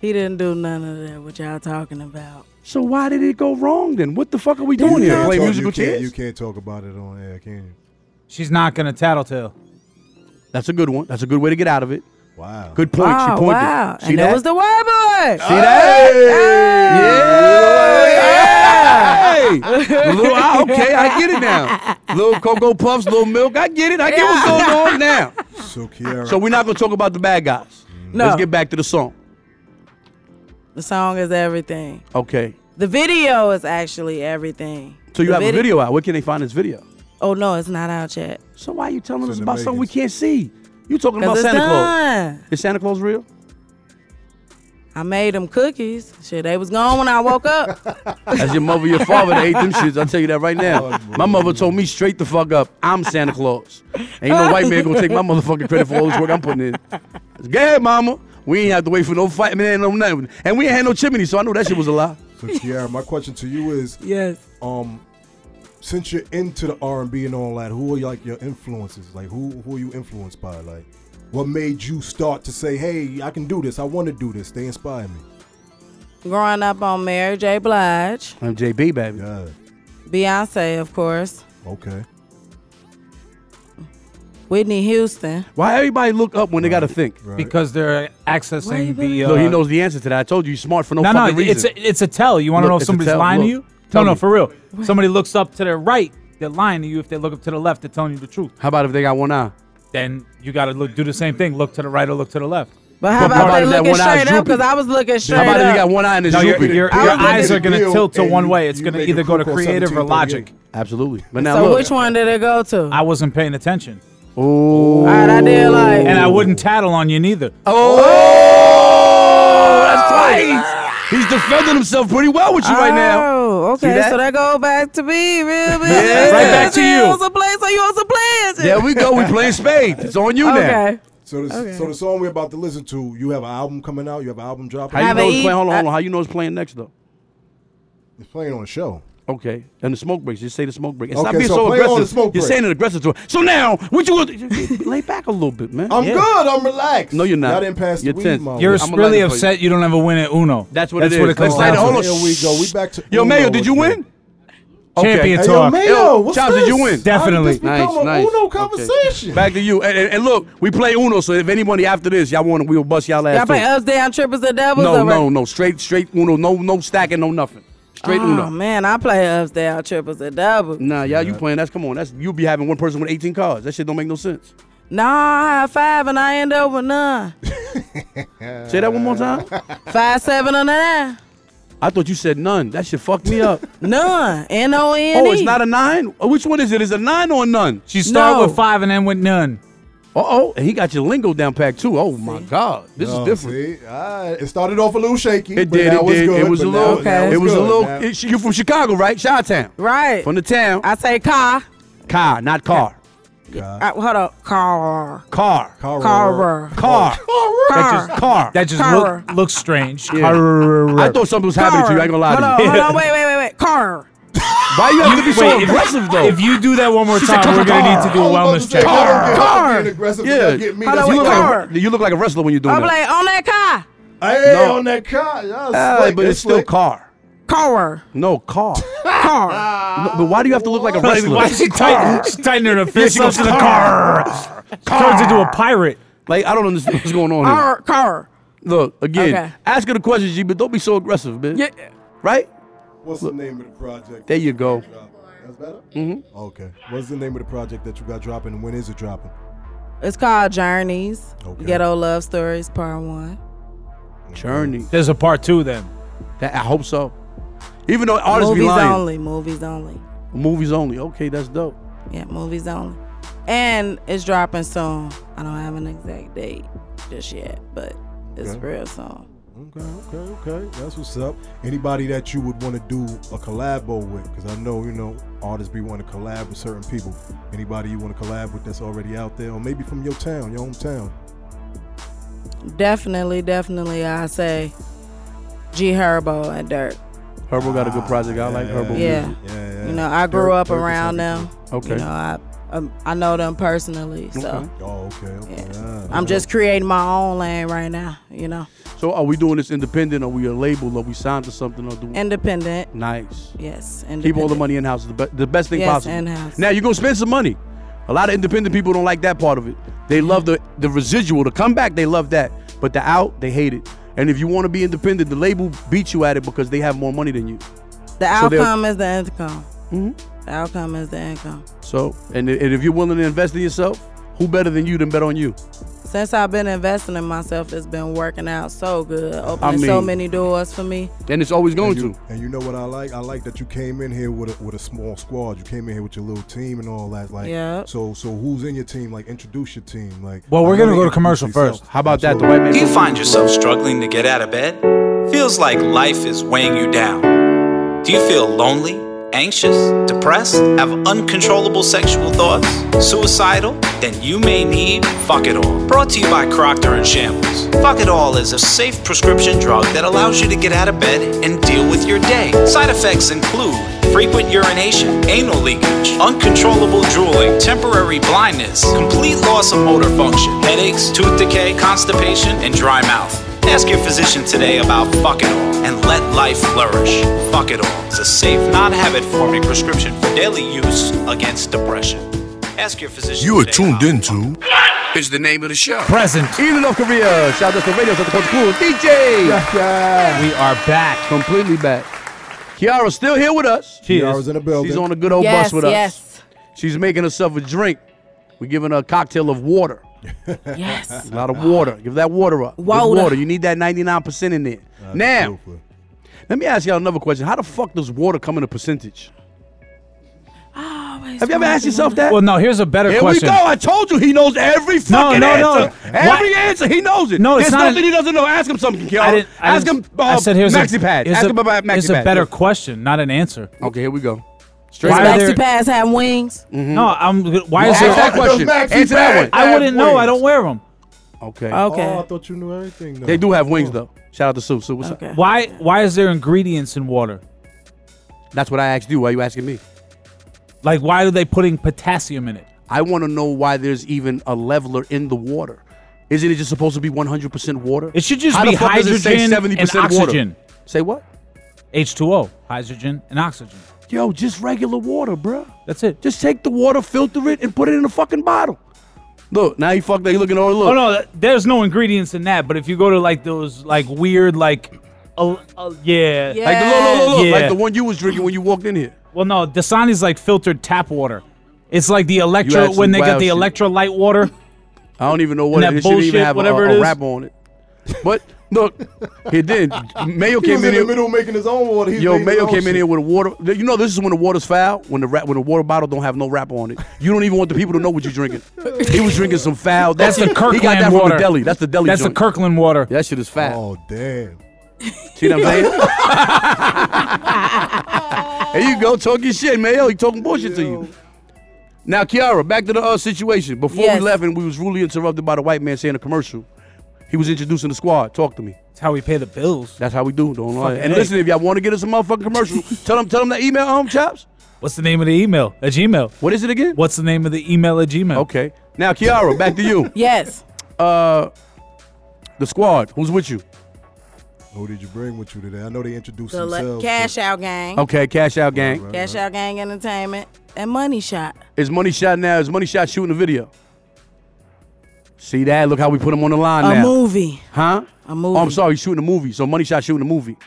[SPEAKER 8] he didn't do none of that? What y'all talking about?
[SPEAKER 7] So why did it go wrong then? What the fuck are we doing
[SPEAKER 5] You
[SPEAKER 7] here?
[SPEAKER 5] can't
[SPEAKER 7] Play
[SPEAKER 5] talk-
[SPEAKER 7] musical
[SPEAKER 5] you can't,
[SPEAKER 7] chairs?
[SPEAKER 5] you can't talk about it on air, can you?
[SPEAKER 6] She's not gonna tattletale.
[SPEAKER 7] That's a good one. That's a good way to get out of it.
[SPEAKER 5] Wow.
[SPEAKER 7] Good point. she
[SPEAKER 8] Wow,
[SPEAKER 7] pointed.
[SPEAKER 8] Ah, wow!
[SPEAKER 7] See
[SPEAKER 8] and
[SPEAKER 7] that?
[SPEAKER 8] that was the white boy.
[SPEAKER 7] See that? Yeah. Yeah. Lil- ah, okay, I get it now. Little cocoa puffs, little milk. I get it. I get what's going on now.
[SPEAKER 5] So Kiara,
[SPEAKER 7] So we're not gonna talk about the bad guys.
[SPEAKER 8] No,
[SPEAKER 7] Let's get back to the song.
[SPEAKER 8] the song is everything.
[SPEAKER 7] Okay.
[SPEAKER 8] The video is actually everything.
[SPEAKER 7] So you
[SPEAKER 8] The
[SPEAKER 7] have
[SPEAKER 8] vide-
[SPEAKER 7] a video out. Where can they find this video?
[SPEAKER 8] Oh no, it's not out yet.
[SPEAKER 7] So why are you telling us
[SPEAKER 5] in the
[SPEAKER 7] about something we
[SPEAKER 5] making.
[SPEAKER 7] can't see? You talking about
[SPEAKER 8] Cause it's
[SPEAKER 7] Santa Claus?
[SPEAKER 8] done.
[SPEAKER 7] Is Santa Claus real?
[SPEAKER 8] I made them cookies. Shit, they was gone when I woke up.
[SPEAKER 7] As your mother, your father, they ate them shits. I'll tell you that right now. My mother told me straight the fuck up, I'm Santa Claus. Ain't no white man gonna take my motherfucking credit for all this work I'm putting in. It's good, mama. We ain't have to wait for no fight, man, no nothing. And we ain't had no chimney, so I know that shit was a lie.
[SPEAKER 5] so Kiara, my question to you is,
[SPEAKER 8] yes.
[SPEAKER 5] um, since you're into the R and B and all that, who are like your influences? Like who who are you influenced by? Like what made you start to say, hey, I can do this. I want to do this. They inspire me.
[SPEAKER 8] Growing up on Mary J. Blige,
[SPEAKER 7] I'm JB, baby.
[SPEAKER 5] Yeah.
[SPEAKER 8] Beyonce, of course,
[SPEAKER 5] Okay.
[SPEAKER 8] Whitney Houston.
[SPEAKER 7] Why everybody look up when they gotta think?
[SPEAKER 5] Right.
[SPEAKER 6] Because they're
[SPEAKER 8] Why you
[SPEAKER 6] accessing the.
[SPEAKER 8] believe-
[SPEAKER 6] Uh,
[SPEAKER 7] No, he knows the answer to that. I told you, you smart for no,
[SPEAKER 6] No, no,
[SPEAKER 7] fucking
[SPEAKER 6] it's
[SPEAKER 7] reason.
[SPEAKER 6] a, it's a tell. You want to
[SPEAKER 7] Look,
[SPEAKER 6] know
[SPEAKER 7] it's
[SPEAKER 6] if
[SPEAKER 7] a
[SPEAKER 6] somebody's
[SPEAKER 7] tell.
[SPEAKER 6] lying to
[SPEAKER 7] Look,
[SPEAKER 6] you?
[SPEAKER 7] tell
[SPEAKER 6] no, no,
[SPEAKER 7] me.
[SPEAKER 6] for real. Somebody looks up to their right, they're lying to you. If they look up to the left, they're telling you the truth.
[SPEAKER 7] How about if they got one eye?
[SPEAKER 6] Then you got to look, do the same thing. Look to the right or look to the left.
[SPEAKER 8] But how
[SPEAKER 7] But
[SPEAKER 8] about,
[SPEAKER 7] how about
[SPEAKER 8] they
[SPEAKER 7] if that
[SPEAKER 8] looking
[SPEAKER 7] one eye's
[SPEAKER 8] straight up? Because
[SPEAKER 7] droopy?
[SPEAKER 8] I was looking straight
[SPEAKER 7] How about if
[SPEAKER 8] up.
[SPEAKER 7] you got one eye and it's
[SPEAKER 6] No, your,
[SPEAKER 7] droopy?
[SPEAKER 6] your, your
[SPEAKER 8] I would make
[SPEAKER 6] eyes
[SPEAKER 8] it
[SPEAKER 6] are going to
[SPEAKER 5] real
[SPEAKER 6] tilt to
[SPEAKER 5] and
[SPEAKER 6] one
[SPEAKER 5] you-
[SPEAKER 6] way. It's
[SPEAKER 5] you
[SPEAKER 6] going to
[SPEAKER 5] make a
[SPEAKER 6] either go to
[SPEAKER 5] cool call
[SPEAKER 6] creative or
[SPEAKER 5] 1738.
[SPEAKER 6] logic.
[SPEAKER 7] Absolutely. But now
[SPEAKER 8] so
[SPEAKER 7] look.
[SPEAKER 8] which one did it go to?
[SPEAKER 6] I wasn't paying attention.
[SPEAKER 7] Oh.
[SPEAKER 8] All right, I did like.
[SPEAKER 6] And I wouldn't tattle on you neither.
[SPEAKER 7] Oh, that's twice. He's defending himself pretty well with you right now.
[SPEAKER 8] Oh, okay.
[SPEAKER 7] See that?
[SPEAKER 8] So that go back to me, real big.
[SPEAKER 7] Yeah. Right back
[SPEAKER 6] to
[SPEAKER 8] You
[SPEAKER 6] you.
[SPEAKER 8] on some plays, so you on some plays.
[SPEAKER 7] There we go. We playing spades. It's on you now.
[SPEAKER 8] Okay.
[SPEAKER 5] So this,
[SPEAKER 8] Okay.
[SPEAKER 5] so the song we're about to listen to, you have an album coming out. You have an album dropping.
[SPEAKER 7] How you
[SPEAKER 8] Have
[SPEAKER 7] know
[SPEAKER 8] a
[SPEAKER 7] it's
[SPEAKER 8] eat- Uh,
[SPEAKER 7] playing? Hold on, hold on. How you know it's playing next though?
[SPEAKER 5] It's playing on a show.
[SPEAKER 7] Okay. And the smoke breaks. Just say the smoke break. And stop
[SPEAKER 5] Okay,
[SPEAKER 7] being so,
[SPEAKER 5] so play on
[SPEAKER 7] aggressive.
[SPEAKER 5] the smoke
[SPEAKER 7] You're
[SPEAKER 5] break.
[SPEAKER 7] saying it aggressive to her. So now, what you gonna lay back a little bit, man?
[SPEAKER 5] I'm good. I'm relaxed.
[SPEAKER 7] No, you're not.
[SPEAKER 5] Y'all didn't pass
[SPEAKER 7] You're
[SPEAKER 5] the
[SPEAKER 7] tense.
[SPEAKER 5] weed, mom.
[SPEAKER 6] You're
[SPEAKER 7] I'm gonna
[SPEAKER 6] really
[SPEAKER 7] light it for you.
[SPEAKER 6] upset you don't ever win at Uno.
[SPEAKER 7] That's what
[SPEAKER 6] That's
[SPEAKER 7] it
[SPEAKER 6] what
[SPEAKER 7] is.
[SPEAKER 6] it comes
[SPEAKER 7] Let's light it.
[SPEAKER 6] down to.
[SPEAKER 7] Hold on.
[SPEAKER 5] Here we go. We back to
[SPEAKER 7] Yo,
[SPEAKER 5] Uno
[SPEAKER 7] Mayo, did you
[SPEAKER 5] again.
[SPEAKER 7] win?
[SPEAKER 6] Champion
[SPEAKER 5] Hey, yo,
[SPEAKER 6] talk.
[SPEAKER 5] Mayo,
[SPEAKER 7] Yo,
[SPEAKER 5] what's
[SPEAKER 7] Chops,
[SPEAKER 5] this?
[SPEAKER 7] did you win?
[SPEAKER 6] Definitely.
[SPEAKER 5] How did this become a Uno conversation.
[SPEAKER 7] Okay. Back to you. And, and, and look, we play Uno. So if anybody after this, y'all want, to we'll bust y'all ass.
[SPEAKER 8] Y'all play
[SPEAKER 7] too.
[SPEAKER 8] ups, down, triples, or doubles?
[SPEAKER 7] No,
[SPEAKER 8] or
[SPEAKER 7] no, no. Straight, straight Uno. No, no stacking, no nothing. Straight
[SPEAKER 8] oh,
[SPEAKER 7] Uno.
[SPEAKER 8] man, I play ups, down, triples, or doubles.
[SPEAKER 7] Nah, y'all, you playing? That's come on. That's you be having one person with 18 cards. That shit don't make no sense.
[SPEAKER 8] Nah, I have five and I end up with none.
[SPEAKER 7] Say that one more time.
[SPEAKER 8] five, seven, or nine.
[SPEAKER 7] I thought you said none. That shit fucked me up.
[SPEAKER 8] None. N O N E.
[SPEAKER 7] oh, it's not a nine. Oh, which one is it? Is it a nine or a none?
[SPEAKER 6] She started
[SPEAKER 8] No.
[SPEAKER 6] with five and then with none.
[SPEAKER 7] Uh oh, and he got your lingo down packed too. Oh my god, this
[SPEAKER 5] Oh,
[SPEAKER 7] is different.
[SPEAKER 5] see? All right. It started off a little shaky.
[SPEAKER 7] It
[SPEAKER 5] but
[SPEAKER 7] did.
[SPEAKER 5] now
[SPEAKER 7] It
[SPEAKER 5] it's
[SPEAKER 7] did.
[SPEAKER 5] Good,
[SPEAKER 7] It was a
[SPEAKER 5] but now-
[SPEAKER 7] little.
[SPEAKER 8] Okay.
[SPEAKER 5] now
[SPEAKER 7] It was a
[SPEAKER 5] good.
[SPEAKER 7] little.
[SPEAKER 5] Now-
[SPEAKER 7] it- you from Chicago, right? Chi Town.
[SPEAKER 8] Right.
[SPEAKER 7] From the town.
[SPEAKER 8] I say car.
[SPEAKER 7] car, not car.
[SPEAKER 8] I, hold up. Car.
[SPEAKER 7] Car.
[SPEAKER 5] Carl.
[SPEAKER 7] Car.
[SPEAKER 8] Car.
[SPEAKER 7] That just car.
[SPEAKER 6] That just
[SPEAKER 8] Car.
[SPEAKER 6] look, looks strange.
[SPEAKER 7] Yeah. I thought something was happening to you. I ain't gonna lie
[SPEAKER 8] Hold
[SPEAKER 7] to
[SPEAKER 8] on,
[SPEAKER 7] you.
[SPEAKER 8] hold on. Wait, wait, wait, wait. Car.
[SPEAKER 7] Why you have to be so
[SPEAKER 6] Wait, if-
[SPEAKER 7] aggressive though?
[SPEAKER 6] If you do that one more
[SPEAKER 7] said,
[SPEAKER 6] time, we're going to need to do a
[SPEAKER 5] I was
[SPEAKER 6] wellness
[SPEAKER 5] about to say,
[SPEAKER 6] check.
[SPEAKER 5] y'all don't get-
[SPEAKER 7] Car.
[SPEAKER 5] Being aggressive.
[SPEAKER 7] Yeah.
[SPEAKER 5] y'all Get me.
[SPEAKER 8] Hold
[SPEAKER 5] That's
[SPEAKER 8] on,
[SPEAKER 7] you
[SPEAKER 8] wait,
[SPEAKER 7] look
[SPEAKER 5] what
[SPEAKER 8] car.
[SPEAKER 5] I-
[SPEAKER 7] like a, you look like a wrestler when you're doing
[SPEAKER 8] I'm
[SPEAKER 7] that.
[SPEAKER 8] like, on that car.
[SPEAKER 5] Hey,
[SPEAKER 7] No.
[SPEAKER 5] on that car. Y'all
[SPEAKER 7] Ah,
[SPEAKER 5] slick,
[SPEAKER 7] but
[SPEAKER 5] they
[SPEAKER 7] it's still
[SPEAKER 5] slick.
[SPEAKER 7] car.
[SPEAKER 8] Car.
[SPEAKER 7] No car.
[SPEAKER 8] Car.
[SPEAKER 7] No, but why do you have to look like a
[SPEAKER 6] Plus,
[SPEAKER 7] wrestler?
[SPEAKER 6] why is she tighten, she's tightening her fist
[SPEAKER 7] she
[SPEAKER 6] up
[SPEAKER 7] goes,
[SPEAKER 6] to the car? Turns into a pirate.
[SPEAKER 7] Like I don't understand what's going on here.
[SPEAKER 8] Car. Car.
[SPEAKER 7] Look again.
[SPEAKER 8] Okay.
[SPEAKER 7] Ask her the questions, G, but don't be so aggressive, man.
[SPEAKER 8] Yeah.
[SPEAKER 7] Right?
[SPEAKER 5] What's the name of the project?
[SPEAKER 7] There you go.
[SPEAKER 5] That's better? Mm-hmm. Okay. What's the name of the project that you got dropping and when is it dropping?
[SPEAKER 8] It's called Journeys.
[SPEAKER 5] Okay.
[SPEAKER 8] Ghetto Love Stories Part One.
[SPEAKER 7] journey.
[SPEAKER 6] There's a part two then.
[SPEAKER 7] That, I hope so. Even though artists
[SPEAKER 8] movies
[SPEAKER 7] be lying.
[SPEAKER 8] only. Movies only.
[SPEAKER 7] Movies only. Okay, that's dope.
[SPEAKER 8] Yeah, movies only. And it's dropping soon. I don't have an exact date just yet, but it's
[SPEAKER 5] Okay.
[SPEAKER 8] real soon.
[SPEAKER 5] Okay, okay, okay. That's what's up. Anybody that you would want to do a collabo with? Because I know you know artists be want to collab with certain people. Anybody you want to collab with that's already out there, or maybe from your town, your hometown.
[SPEAKER 8] Definitely, definitely, I say G Herbo and Dirk.
[SPEAKER 7] Herbal got a good project. I like Herbal.
[SPEAKER 8] Yeah.
[SPEAKER 7] music.
[SPEAKER 5] yeah, yeah.
[SPEAKER 8] You know, I grew
[SPEAKER 5] Dirk-
[SPEAKER 8] up
[SPEAKER 5] Dirk is
[SPEAKER 8] around them.
[SPEAKER 5] everything.
[SPEAKER 7] Okay.
[SPEAKER 8] You know, I um, I know them personally, so
[SPEAKER 7] Okay.
[SPEAKER 5] Oh, okay, okay.
[SPEAKER 8] Yeah.
[SPEAKER 5] ah,
[SPEAKER 8] I'm
[SPEAKER 5] okay.
[SPEAKER 8] just creating my own lane right now. You know,
[SPEAKER 7] So are we doing this independent? Are we a label? Are we signed to something? Or do
[SPEAKER 8] independent.
[SPEAKER 7] nice.
[SPEAKER 8] Yes,
[SPEAKER 7] Keep all the
[SPEAKER 8] independent.
[SPEAKER 7] money in house. The, be- the best thing
[SPEAKER 8] Yes,
[SPEAKER 7] possible.
[SPEAKER 8] in-house.
[SPEAKER 7] Now you're gonna spend some money. A lot of independent people don't like that part of it. They love the the residual, the comeback. They love that, but the out they hate it. And if you want to be independent, the label beats you at it because they have more money than you.
[SPEAKER 8] The
[SPEAKER 7] So they'll-
[SPEAKER 8] outcome is the income.
[SPEAKER 7] Mhm.
[SPEAKER 8] The outcome is the income.
[SPEAKER 7] So and, and if you're willing to invest in yourself, who better than you than bet on you?
[SPEAKER 8] Since I've been investing in myself, it's been working out so good, opening so
[SPEAKER 7] mean-
[SPEAKER 8] many doors for me.
[SPEAKER 7] And it's always going
[SPEAKER 5] And you,
[SPEAKER 7] to.
[SPEAKER 5] and you know what I like? I like that you came in here with a, with a small squad. You came in here with your little team and all that. Like,
[SPEAKER 8] Yeah.
[SPEAKER 5] So, so who's in your team? Like, introduce your team. Like,
[SPEAKER 6] Well, we're
[SPEAKER 5] I know they
[SPEAKER 6] gonna go to
[SPEAKER 5] introduce
[SPEAKER 6] commercial
[SPEAKER 5] themselves.
[SPEAKER 6] first.
[SPEAKER 7] How about that? The
[SPEAKER 5] Absolutely.
[SPEAKER 7] white man.
[SPEAKER 2] Do you find yourself struggling to get out of bed? Feels like life is weighing you down. Do you feel lonely, anxious, depressed, have uncontrollable sexual thoughts, suicidal? Then you may need Fuck It All. Brought to you by Procter and Shambles. Fuck It All is a safe prescription drug that allows you to get out of bed and deal with your day. Side effects include frequent urination, anal leakage, uncontrollable drooling, temporary blindness, complete loss of motor function, headaches, tooth decay, constipation, and dry mouth. Ask your physician today about Fuck It All and let life flourish. Fuck It All is a safe, non habit forming prescription for daily use against depression. Ask your physician.
[SPEAKER 3] You are
[SPEAKER 2] today
[SPEAKER 3] tuned
[SPEAKER 2] about
[SPEAKER 3] into
[SPEAKER 4] It's the name of the show.
[SPEAKER 6] Present.
[SPEAKER 7] Even North Korea. Shout out to Radio South Dakota Cool. DJ.
[SPEAKER 6] We are back.
[SPEAKER 7] Completely back. Kiara's still here with us.
[SPEAKER 6] She
[SPEAKER 5] Yeah, I
[SPEAKER 6] is.
[SPEAKER 5] was in the building.
[SPEAKER 7] She's on a good old
[SPEAKER 8] yes,
[SPEAKER 7] bus with us.
[SPEAKER 8] yes,
[SPEAKER 7] She's making herself a drink. We're giving her a cocktail of water.
[SPEAKER 8] yes.
[SPEAKER 7] A lot of water. Give that water up. Good
[SPEAKER 8] Water.
[SPEAKER 7] water. You need that 99% in there. now,
[SPEAKER 5] Super.
[SPEAKER 7] let me ask y'all another question. How the fuck does water come in a percentage? Have you ever asked yourself that?
[SPEAKER 6] Well, no, here's a better
[SPEAKER 7] Here
[SPEAKER 6] question.
[SPEAKER 7] we go. I told you he knows every fucking
[SPEAKER 6] no, no.
[SPEAKER 7] answer. Every answer he knows it.
[SPEAKER 6] No, it's
[SPEAKER 7] There's
[SPEAKER 6] not
[SPEAKER 7] nothing
[SPEAKER 6] an-
[SPEAKER 7] he doesn't know. Ask him something, Kiara.
[SPEAKER 6] I didn't, I
[SPEAKER 7] ask
[SPEAKER 6] didn't-
[SPEAKER 7] him. Uh,
[SPEAKER 6] I said, here's a-
[SPEAKER 7] maxi pad.
[SPEAKER 6] here's
[SPEAKER 7] Ask
[SPEAKER 6] a-
[SPEAKER 7] him about maxi
[SPEAKER 6] It's a
[SPEAKER 7] pad.
[SPEAKER 6] better question, not an answer.
[SPEAKER 7] Okay, here we go. Straight
[SPEAKER 6] Why
[SPEAKER 8] Does
[SPEAKER 6] are
[SPEAKER 7] back.
[SPEAKER 6] there-
[SPEAKER 8] Maxi Pads have wings?
[SPEAKER 7] Mm.
[SPEAKER 6] No, I'm. Why is
[SPEAKER 7] Ask that
[SPEAKER 6] there?
[SPEAKER 7] question.
[SPEAKER 5] Maxi
[SPEAKER 7] Answer that
[SPEAKER 5] pad.
[SPEAKER 7] one.
[SPEAKER 6] I wouldn't know. I don't wear them.
[SPEAKER 7] Okay.
[SPEAKER 5] Oh, I
[SPEAKER 8] Okay,
[SPEAKER 5] thought you knew everything. Though.
[SPEAKER 7] They do have wings though. Shout out to Sue. Sue, what's
[SPEAKER 8] okay.
[SPEAKER 6] Why? Why is there ingredients in water?
[SPEAKER 7] up? That's what I asked you. Why you asking me?
[SPEAKER 6] Like, why are they putting potassium in it?
[SPEAKER 7] I want to know why there's even a leveler in the water. Isn't it just supposed to be 100% water?
[SPEAKER 6] It should just
[SPEAKER 7] How the
[SPEAKER 6] be
[SPEAKER 7] fuck does it say
[SPEAKER 6] hydrogen
[SPEAKER 7] 70%
[SPEAKER 6] and
[SPEAKER 7] water?
[SPEAKER 6] oxygen.
[SPEAKER 7] Say what?
[SPEAKER 6] H2O, hydrogen and oxygen.
[SPEAKER 7] Yo, just regular water, bruh.
[SPEAKER 6] That's it.
[SPEAKER 7] Just take the water, filter it, and put it in a fucking bottle. Look, now you fucked that. You looking all look.
[SPEAKER 6] Oh no, th- there's no ingredients in that. But if you go to like those like weird like, oh, oh, yeah.
[SPEAKER 8] Yeah.
[SPEAKER 7] Like the look, look, look, look,
[SPEAKER 6] Yeah.
[SPEAKER 7] like the one you was drinking when you walked in here.
[SPEAKER 6] Well, no, Dasani's like filtered tap water. It's like the electro
[SPEAKER 7] had some
[SPEAKER 6] when they
[SPEAKER 7] wild
[SPEAKER 6] got the
[SPEAKER 7] shit.
[SPEAKER 6] electrolyte water.
[SPEAKER 7] I don't even know what
[SPEAKER 6] And
[SPEAKER 7] it,
[SPEAKER 6] that
[SPEAKER 7] it shouldn't even
[SPEAKER 6] bullshit,
[SPEAKER 7] have a,
[SPEAKER 6] whatever
[SPEAKER 7] a,
[SPEAKER 6] it is.
[SPEAKER 7] wrap on it. But look, it did. Mayo
[SPEAKER 5] He
[SPEAKER 7] came
[SPEAKER 5] was in
[SPEAKER 7] in
[SPEAKER 5] the
[SPEAKER 7] here.
[SPEAKER 5] middle making his own water. He's
[SPEAKER 7] Yo,
[SPEAKER 5] making his
[SPEAKER 7] Mayo
[SPEAKER 5] own
[SPEAKER 7] came in
[SPEAKER 5] oh, shit.
[SPEAKER 7] here with a water. You know, this is when the water's foul. When the ra- when the water bottle don't have no wrapper on it. You don't even want the people to know what you're drinking. He was drinking some foul.
[SPEAKER 6] That's the
[SPEAKER 7] He got that
[SPEAKER 6] Kirkland
[SPEAKER 7] from the
[SPEAKER 6] water.
[SPEAKER 7] deli. That's the deli.
[SPEAKER 6] That's the
[SPEAKER 7] joint.
[SPEAKER 6] Kirkland water.
[SPEAKER 7] That shit is foul.
[SPEAKER 5] Oh damn!
[SPEAKER 7] See what I'm saying? there you go, talking shit, Mayo. He talking bullshit to you. Now, Kiara, back to the uh, situation. Before
[SPEAKER 8] Yes.
[SPEAKER 7] we left, and we was rudely interrupted by the white man saying a commercial. He was introducing the squad. Talk to me.
[SPEAKER 6] That's how we pay the bills.
[SPEAKER 7] That's how we do. Don't lie.
[SPEAKER 6] Fucking
[SPEAKER 7] And
[SPEAKER 6] A.
[SPEAKER 7] listen, if y'all want to get us a motherfucking commercial, tell them, tell them that email um, chops.
[SPEAKER 6] What's the name of the email? A Gmail.
[SPEAKER 7] What is it again?
[SPEAKER 6] What's the name of the email at Gmail?
[SPEAKER 7] Okay. Now, Kiara, back to you.
[SPEAKER 8] Yes.
[SPEAKER 7] Uh, the squad. Who's with you?
[SPEAKER 5] Who did you bring with you today? I know they introduced
[SPEAKER 8] The
[SPEAKER 5] themselves.
[SPEAKER 8] le-
[SPEAKER 5] but-
[SPEAKER 8] Cash Out Gang,
[SPEAKER 7] Okay, Cash Out Gang.
[SPEAKER 8] Cash Out Gang Entertainment, and Money Shot.
[SPEAKER 7] Is Money Shot now? Is Money Shot shooting the video? See that? Look how we put him on the line
[SPEAKER 8] A
[SPEAKER 7] now.
[SPEAKER 8] movie.
[SPEAKER 7] Huh?
[SPEAKER 8] A movie.
[SPEAKER 7] Oh, I'm sorry. He's shooting a movie. So Money Shot shooting a movie.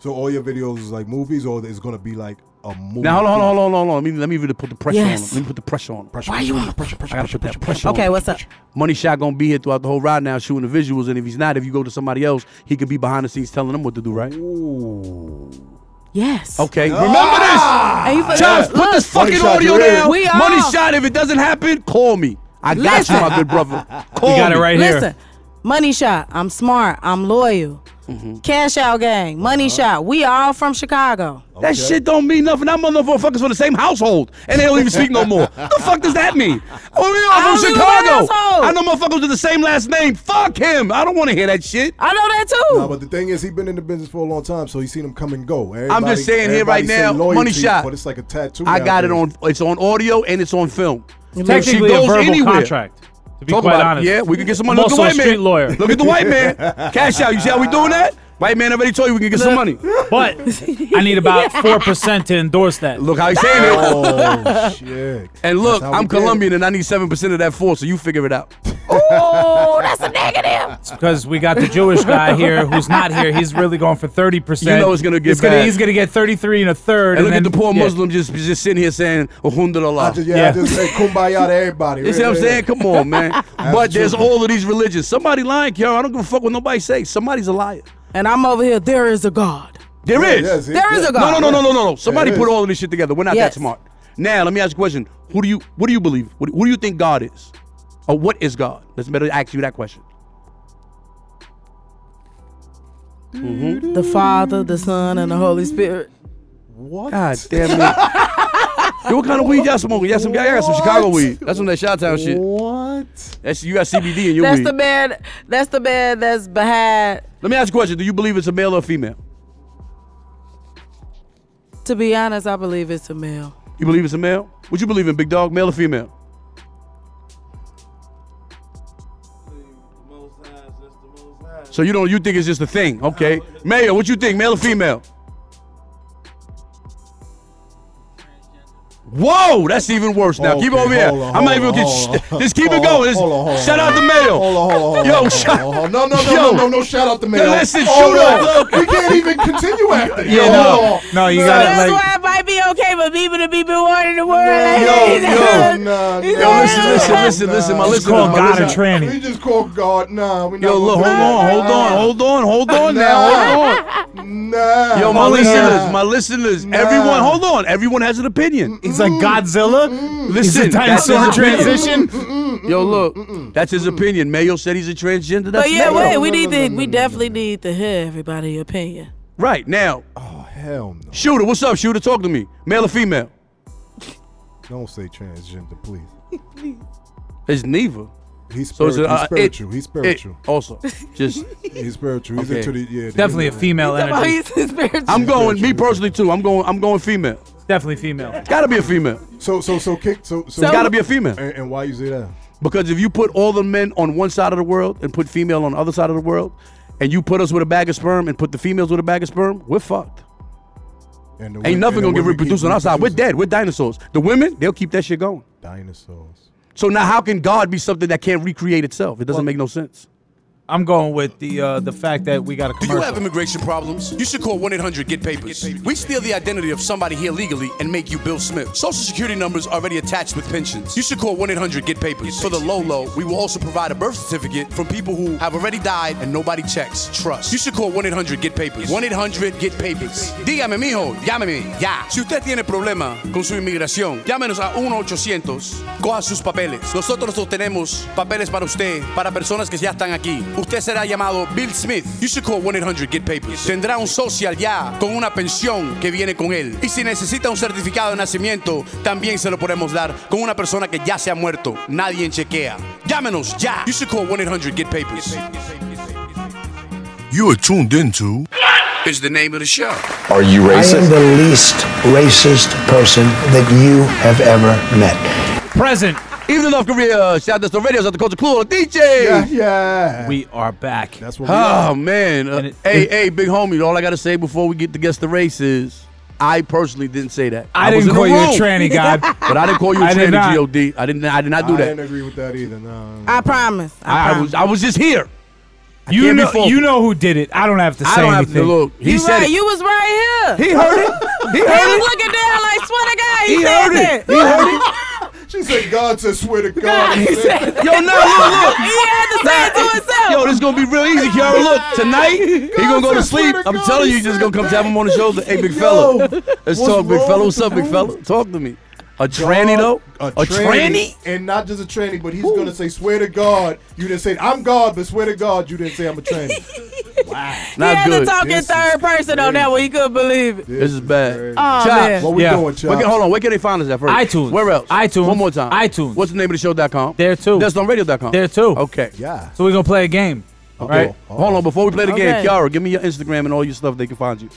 [SPEAKER 5] So all your videos is like movies, or it's gonna be like a movie.
[SPEAKER 7] Now hold on, hold on, hold on, hold on. Let me let me really put the pressure on
[SPEAKER 8] Yes.
[SPEAKER 7] him. Let me put the pressure on him. Pressure.
[SPEAKER 8] Why you on?
[SPEAKER 7] Pressure, pressure,
[SPEAKER 6] I gotta
[SPEAKER 7] pressure,
[SPEAKER 6] put
[SPEAKER 7] pressure,
[SPEAKER 6] that pressure
[SPEAKER 7] pressure.
[SPEAKER 6] on.
[SPEAKER 8] Okay, what's up?
[SPEAKER 7] Money shot gonna be here throughout the whole ride now, shooting the visuals. And if he's not, if you go to somebody else, he could be behind the scenes telling them what to do, right?
[SPEAKER 8] Yes.
[SPEAKER 7] Okay, remember this.
[SPEAKER 8] And you forgot-
[SPEAKER 7] Chops, put
[SPEAKER 8] look,
[SPEAKER 7] this fucking
[SPEAKER 5] shot
[SPEAKER 7] audio
[SPEAKER 5] your ear.
[SPEAKER 7] down.
[SPEAKER 8] We
[SPEAKER 7] Money
[SPEAKER 8] are.
[SPEAKER 7] shot. If it doesn't happen, call me. I got you, my good brother. Call
[SPEAKER 6] You got it
[SPEAKER 7] me.
[SPEAKER 6] right
[SPEAKER 8] Listen,
[SPEAKER 6] here.
[SPEAKER 8] money shot. I'm smart. I'm loyal.
[SPEAKER 7] Mm-hmm.
[SPEAKER 8] Cash out gang. Money shot. We all from Chicago.
[SPEAKER 7] That shit don't mean nothing. I'm motherfuckers from the same household, and they don't even speak no more. the fuck does that mean? Oh, we
[SPEAKER 8] I
[SPEAKER 7] all
[SPEAKER 8] don't
[SPEAKER 7] from
[SPEAKER 8] live in
[SPEAKER 7] Chicago.
[SPEAKER 8] my household.
[SPEAKER 7] I know motherfuckers with the same last name. Fuck him. I don't want to hear that shit.
[SPEAKER 8] I know that too.
[SPEAKER 5] Nah, but the thing is, he been in the business for a long time, so he's seen him come and go. Everybody-
[SPEAKER 7] just saying here right
[SPEAKER 5] everybody say
[SPEAKER 7] now,
[SPEAKER 5] loyalty,
[SPEAKER 7] money shot.
[SPEAKER 5] But it's like a tattoo.
[SPEAKER 7] I got it
[SPEAKER 5] nowadays.
[SPEAKER 7] on. It's on audio and it's on film.
[SPEAKER 6] It's
[SPEAKER 7] If he
[SPEAKER 6] technically a
[SPEAKER 7] goes
[SPEAKER 6] verbal
[SPEAKER 7] anywhere-
[SPEAKER 6] contract. To be
[SPEAKER 7] Talk
[SPEAKER 6] quite
[SPEAKER 7] about it.
[SPEAKER 6] honest.
[SPEAKER 7] Yeah, we can get some money.
[SPEAKER 6] I'm
[SPEAKER 7] Look at the
[SPEAKER 6] also a
[SPEAKER 7] white
[SPEAKER 6] street
[SPEAKER 7] man.
[SPEAKER 6] lawyer.
[SPEAKER 7] Look at the white man. Cash out. You see how we doing that? White man already told you we can get some money.
[SPEAKER 6] But I need about four percent to endorse that.
[SPEAKER 7] Look how he's saying it.
[SPEAKER 5] Oh shit!
[SPEAKER 7] And look,
[SPEAKER 5] That's how we
[SPEAKER 7] I'm
[SPEAKER 5] did it.
[SPEAKER 7] Colombian and I need seven percent of that four, so you figure it out.
[SPEAKER 8] oh, that's a negative.
[SPEAKER 6] because we got the Jewish guy here who's not here. He's really going for thirty percent.
[SPEAKER 7] You know it's gonna get bad.
[SPEAKER 6] he's gonna get thirty three and a third.
[SPEAKER 7] And, look at
[SPEAKER 6] then-
[SPEAKER 7] the poor
[SPEAKER 6] yeah.
[SPEAKER 7] Muslim just just sitting here saying
[SPEAKER 5] I
[SPEAKER 7] "Alhamdulillah."
[SPEAKER 5] just, yeah, I
[SPEAKER 6] Yeah.
[SPEAKER 5] just say kumbaya to everybody.
[SPEAKER 7] You see what I'm
[SPEAKER 5] Yeah,
[SPEAKER 7] saying? Come on, man. but there's
[SPEAKER 5] Absolutely.
[SPEAKER 7] all of these religions. Somebody lying, yo. I don't give a fuck what nobody say. Somebody's a liar.
[SPEAKER 8] And I'm over here. There is a God.
[SPEAKER 7] There
[SPEAKER 5] yeah,
[SPEAKER 7] is.
[SPEAKER 5] yeah, see?
[SPEAKER 8] There is
[SPEAKER 5] Yeah.
[SPEAKER 8] a
[SPEAKER 7] No,
[SPEAKER 8] God.
[SPEAKER 7] no, no, no, no, no, no. Somebody
[SPEAKER 5] There
[SPEAKER 7] put
[SPEAKER 5] is.
[SPEAKER 7] all of this shit together. We're not
[SPEAKER 8] Yes.
[SPEAKER 7] that smart. Now, let me ask you a question. Who do you what do you believe? What, who do you think God is? Or what is God? Let's better ask you that question.
[SPEAKER 8] The Father, the Son, and the Holy Spirit.
[SPEAKER 5] What?
[SPEAKER 7] God damn it. Yo, what kind of weed y'all smoking? Y'all some, y'all got some Chicago
[SPEAKER 5] What?
[SPEAKER 7] weed. That's some of that Shot Town shit.
[SPEAKER 5] What?
[SPEAKER 7] That's you got CBD in your
[SPEAKER 8] That's
[SPEAKER 7] weed.
[SPEAKER 8] the man. That's the man. That's behind.
[SPEAKER 7] Let me ask you a question. Do you believe it's a male or a female?
[SPEAKER 8] To be honest, I believe it's a male.
[SPEAKER 7] You believe it's a male? What you believe in, big dog? Male or female? So you don't you think it's just a thing, okay? Mayor, what you think, male or female? Whoa, that's even worse now. keep it
[SPEAKER 5] Okay,
[SPEAKER 7] over here.
[SPEAKER 5] hold on,
[SPEAKER 7] I'm
[SPEAKER 5] hold
[SPEAKER 7] not even
[SPEAKER 5] on,
[SPEAKER 7] gonna
[SPEAKER 5] hold
[SPEAKER 7] get.
[SPEAKER 5] on.
[SPEAKER 7] Just keep it
[SPEAKER 5] Hold
[SPEAKER 7] going.
[SPEAKER 5] on,
[SPEAKER 7] Just
[SPEAKER 5] hold on, hold
[SPEAKER 7] shout
[SPEAKER 5] on.
[SPEAKER 7] out the
[SPEAKER 5] Hold
[SPEAKER 7] mayor.
[SPEAKER 5] on, hold on, hold on.
[SPEAKER 7] Yo,
[SPEAKER 5] hold on,
[SPEAKER 7] shut-
[SPEAKER 5] hold on. No, no, no,
[SPEAKER 7] Yo.
[SPEAKER 5] no, no, no. Shout out the man.
[SPEAKER 7] Listen,
[SPEAKER 5] Hold
[SPEAKER 7] shoot
[SPEAKER 5] on.
[SPEAKER 7] up.
[SPEAKER 5] We can't even continue after this.
[SPEAKER 7] Yeah,
[SPEAKER 5] Hold
[SPEAKER 6] no.
[SPEAKER 5] on.
[SPEAKER 6] No, you
[SPEAKER 5] Nah.
[SPEAKER 6] gotta
[SPEAKER 8] That's
[SPEAKER 6] like-
[SPEAKER 8] why it might be okay for people to be born in the world.
[SPEAKER 5] Yo,
[SPEAKER 8] like
[SPEAKER 5] yo,
[SPEAKER 8] that.
[SPEAKER 5] nah,
[SPEAKER 8] He's
[SPEAKER 5] nah,
[SPEAKER 8] a-
[SPEAKER 7] listen,
[SPEAKER 5] nah,
[SPEAKER 7] listen, listen,
[SPEAKER 5] nah.
[SPEAKER 7] listen, my
[SPEAKER 5] Just
[SPEAKER 7] listener,
[SPEAKER 5] call
[SPEAKER 6] my listener.
[SPEAKER 5] We just call God. Nah, we not
[SPEAKER 7] Yo, look, hold
[SPEAKER 5] gonna do
[SPEAKER 7] on,
[SPEAKER 5] that.
[SPEAKER 7] hold on, hold on, hold on now, hold on.
[SPEAKER 5] Nah. Oh,
[SPEAKER 7] Yo, my
[SPEAKER 5] nah.
[SPEAKER 7] listeners, my listeners,
[SPEAKER 5] Nah.
[SPEAKER 7] everyone, hold on. Everyone has an opinion.
[SPEAKER 6] He's like Godzilla.
[SPEAKER 8] Mm.
[SPEAKER 7] Listen,
[SPEAKER 6] Is it time
[SPEAKER 7] that's
[SPEAKER 6] for the
[SPEAKER 7] his opinion.
[SPEAKER 6] transition?
[SPEAKER 7] Yo, look, that's his opinion. Mayo said he's a transgender. That's
[SPEAKER 8] But yeah,
[SPEAKER 7] Mayo.
[SPEAKER 8] wait. We
[SPEAKER 5] no,
[SPEAKER 8] need
[SPEAKER 5] no,
[SPEAKER 8] to.
[SPEAKER 5] no,
[SPEAKER 8] We
[SPEAKER 5] no,
[SPEAKER 8] definitely need to hear everybody's opinion.
[SPEAKER 7] Right now,
[SPEAKER 5] Oh, hell no.
[SPEAKER 7] shooter, what's up, shooter? Talk to me. Male or female?
[SPEAKER 5] Don't say transgender, please.
[SPEAKER 7] It's neither.
[SPEAKER 5] He's spiritual.
[SPEAKER 7] So it's a, uh,
[SPEAKER 5] he's spiritual.
[SPEAKER 7] It,
[SPEAKER 5] he's
[SPEAKER 7] It,
[SPEAKER 5] spiritual.
[SPEAKER 7] also, just
[SPEAKER 5] he's spiritual. He's
[SPEAKER 7] Okay.
[SPEAKER 5] into the yeah. the
[SPEAKER 6] Definitely a
[SPEAKER 5] inner-
[SPEAKER 6] female
[SPEAKER 8] Oh,
[SPEAKER 6] energy.
[SPEAKER 8] he's his spiritual.
[SPEAKER 7] I'm going. Me personally too. I'm going. I'm going female.
[SPEAKER 6] Definitely female.
[SPEAKER 7] Gotta be a female.
[SPEAKER 5] So so so kick so so.
[SPEAKER 8] So-
[SPEAKER 7] Gotta be a female.
[SPEAKER 5] and, and why you say that?
[SPEAKER 7] Because if you put all the men on one side of the world and put female on the other side of the world, and you put us with a bag of sperm and put the females with a bag of sperm, we're fucked.
[SPEAKER 5] And the
[SPEAKER 7] Ain't
[SPEAKER 5] women-
[SPEAKER 7] nothing
[SPEAKER 5] and the
[SPEAKER 7] gonna get
[SPEAKER 5] women keep
[SPEAKER 7] reproduced on our side. We're
[SPEAKER 5] reproducing.
[SPEAKER 7] dead. We're dinosaurs. The women, they'll keep that shit going.
[SPEAKER 5] Dinosaurs.
[SPEAKER 7] So now, how can God be something that can't recreate itself? It doesn't
[SPEAKER 6] Well-
[SPEAKER 7] make no sense.
[SPEAKER 6] I'm going with the uh, the fact that we got a
[SPEAKER 4] Do
[SPEAKER 6] commercial.
[SPEAKER 4] you have immigration problems? You should call 1 800 Get Papers. We steal the identity of somebody here legally and make you Bill Smith. Social Security numbers already attached with pensions. You should call 1 800 Get Papers. For the low low, we will also provide a birth certificate from people who have already died and nobody checks. Trust. You should call 1 800 Get Papers. 1 800 Get Papers. Dígame, mijo, llámeme ya. Si usted tiene problema con su inmigración, llámenos a 1 800 Coja sus papeles. Nosotros obtenemos papeles para usted, para personas que ya están aquí. Usted será llamado Bill Smith. You should call 1-800 Get Papers. Tendrá un social ya con una pensión que viene con él. Y si necesita un certificado de nacimiento, también se lo podemos dar con una persona que ya se ha muerto. Nadie en chequea. Llámenos ya. You should call 1-800 Get Papers. You are tuned into What is the name of the show?
[SPEAKER 3] Are you
[SPEAKER 9] I am the least racist person that you have ever met.
[SPEAKER 6] Present.
[SPEAKER 7] Even North Korea, shout out to the radios at the culture clue, DJ.
[SPEAKER 5] Yeah, yeah.
[SPEAKER 6] We are back.
[SPEAKER 5] That's what. we are.
[SPEAKER 7] Oh man, Uh,
[SPEAKER 6] And it-
[SPEAKER 7] hey,
[SPEAKER 6] it-
[SPEAKER 7] hey, big homie. All I gotta say before we get to guess the race is, I personally didn't say that.
[SPEAKER 6] I,
[SPEAKER 7] was in
[SPEAKER 6] didn't call
[SPEAKER 7] the
[SPEAKER 6] you a
[SPEAKER 7] room,
[SPEAKER 6] tranny guy.
[SPEAKER 7] but I didn't call you a
[SPEAKER 6] I did
[SPEAKER 7] tranny.
[SPEAKER 6] not.
[SPEAKER 7] God, I didn't. I did not do
[SPEAKER 5] I
[SPEAKER 7] that.
[SPEAKER 5] didn't agree with that either. No.
[SPEAKER 8] I promise. I,
[SPEAKER 7] I, I
[SPEAKER 8] promise.
[SPEAKER 7] was. I was just here.
[SPEAKER 6] You
[SPEAKER 7] can't be
[SPEAKER 6] know,
[SPEAKER 7] faulted.
[SPEAKER 6] you know who did it. I don't have to say
[SPEAKER 7] I don't have
[SPEAKER 6] anything.
[SPEAKER 7] to look. He
[SPEAKER 8] you
[SPEAKER 7] said
[SPEAKER 8] right.
[SPEAKER 7] it.
[SPEAKER 8] You was right here.
[SPEAKER 7] he heard it. He
[SPEAKER 8] He
[SPEAKER 7] heard
[SPEAKER 8] was
[SPEAKER 7] it.
[SPEAKER 8] looking down like, swear to God, he,
[SPEAKER 7] He
[SPEAKER 8] said
[SPEAKER 7] heard
[SPEAKER 8] that.
[SPEAKER 7] it. He heard it.
[SPEAKER 5] She said, God said, swear to God.
[SPEAKER 7] He said, yo, no, look, look.
[SPEAKER 8] He had to say it to himself.
[SPEAKER 7] Yo, this is gonna be real easy, Kiara. Look, tonight he gonna go to sleep. I'm telling you, you just gonna come tap him on the shoulder. Hey, big fella, let's talk, big fella. What's up, big fella? Talk to me. A tranny though?
[SPEAKER 5] A, tranny? And not just a tranny, but he's going to say, swear to God. You didn't say, I'm God, but swear to God, you didn't say I'm a tranny.
[SPEAKER 8] he
[SPEAKER 7] Not
[SPEAKER 8] had to
[SPEAKER 7] good.
[SPEAKER 8] talk in
[SPEAKER 5] This is
[SPEAKER 8] third person on that one. He couldn't believe it.
[SPEAKER 7] This is bad. Ah.
[SPEAKER 8] Oh, man.
[SPEAKER 7] Chops.
[SPEAKER 5] What we
[SPEAKER 6] Yeah.
[SPEAKER 5] doing,
[SPEAKER 7] Where
[SPEAKER 5] child?
[SPEAKER 7] can- hold on, where can they find us at first?
[SPEAKER 6] iTunes.
[SPEAKER 7] Where else?
[SPEAKER 6] iTunes.
[SPEAKER 7] One more time.
[SPEAKER 6] iTunes.
[SPEAKER 7] What's the name of the show.com?
[SPEAKER 6] There too.
[SPEAKER 7] That's on radio.com.
[SPEAKER 6] There too.
[SPEAKER 7] Okay.
[SPEAKER 5] Yeah.
[SPEAKER 6] So we're gonna play a game. All right.
[SPEAKER 7] Hold on, before we play the
[SPEAKER 8] Okay.
[SPEAKER 7] game, Kiara, give me your Instagram and all your stuff they can find you.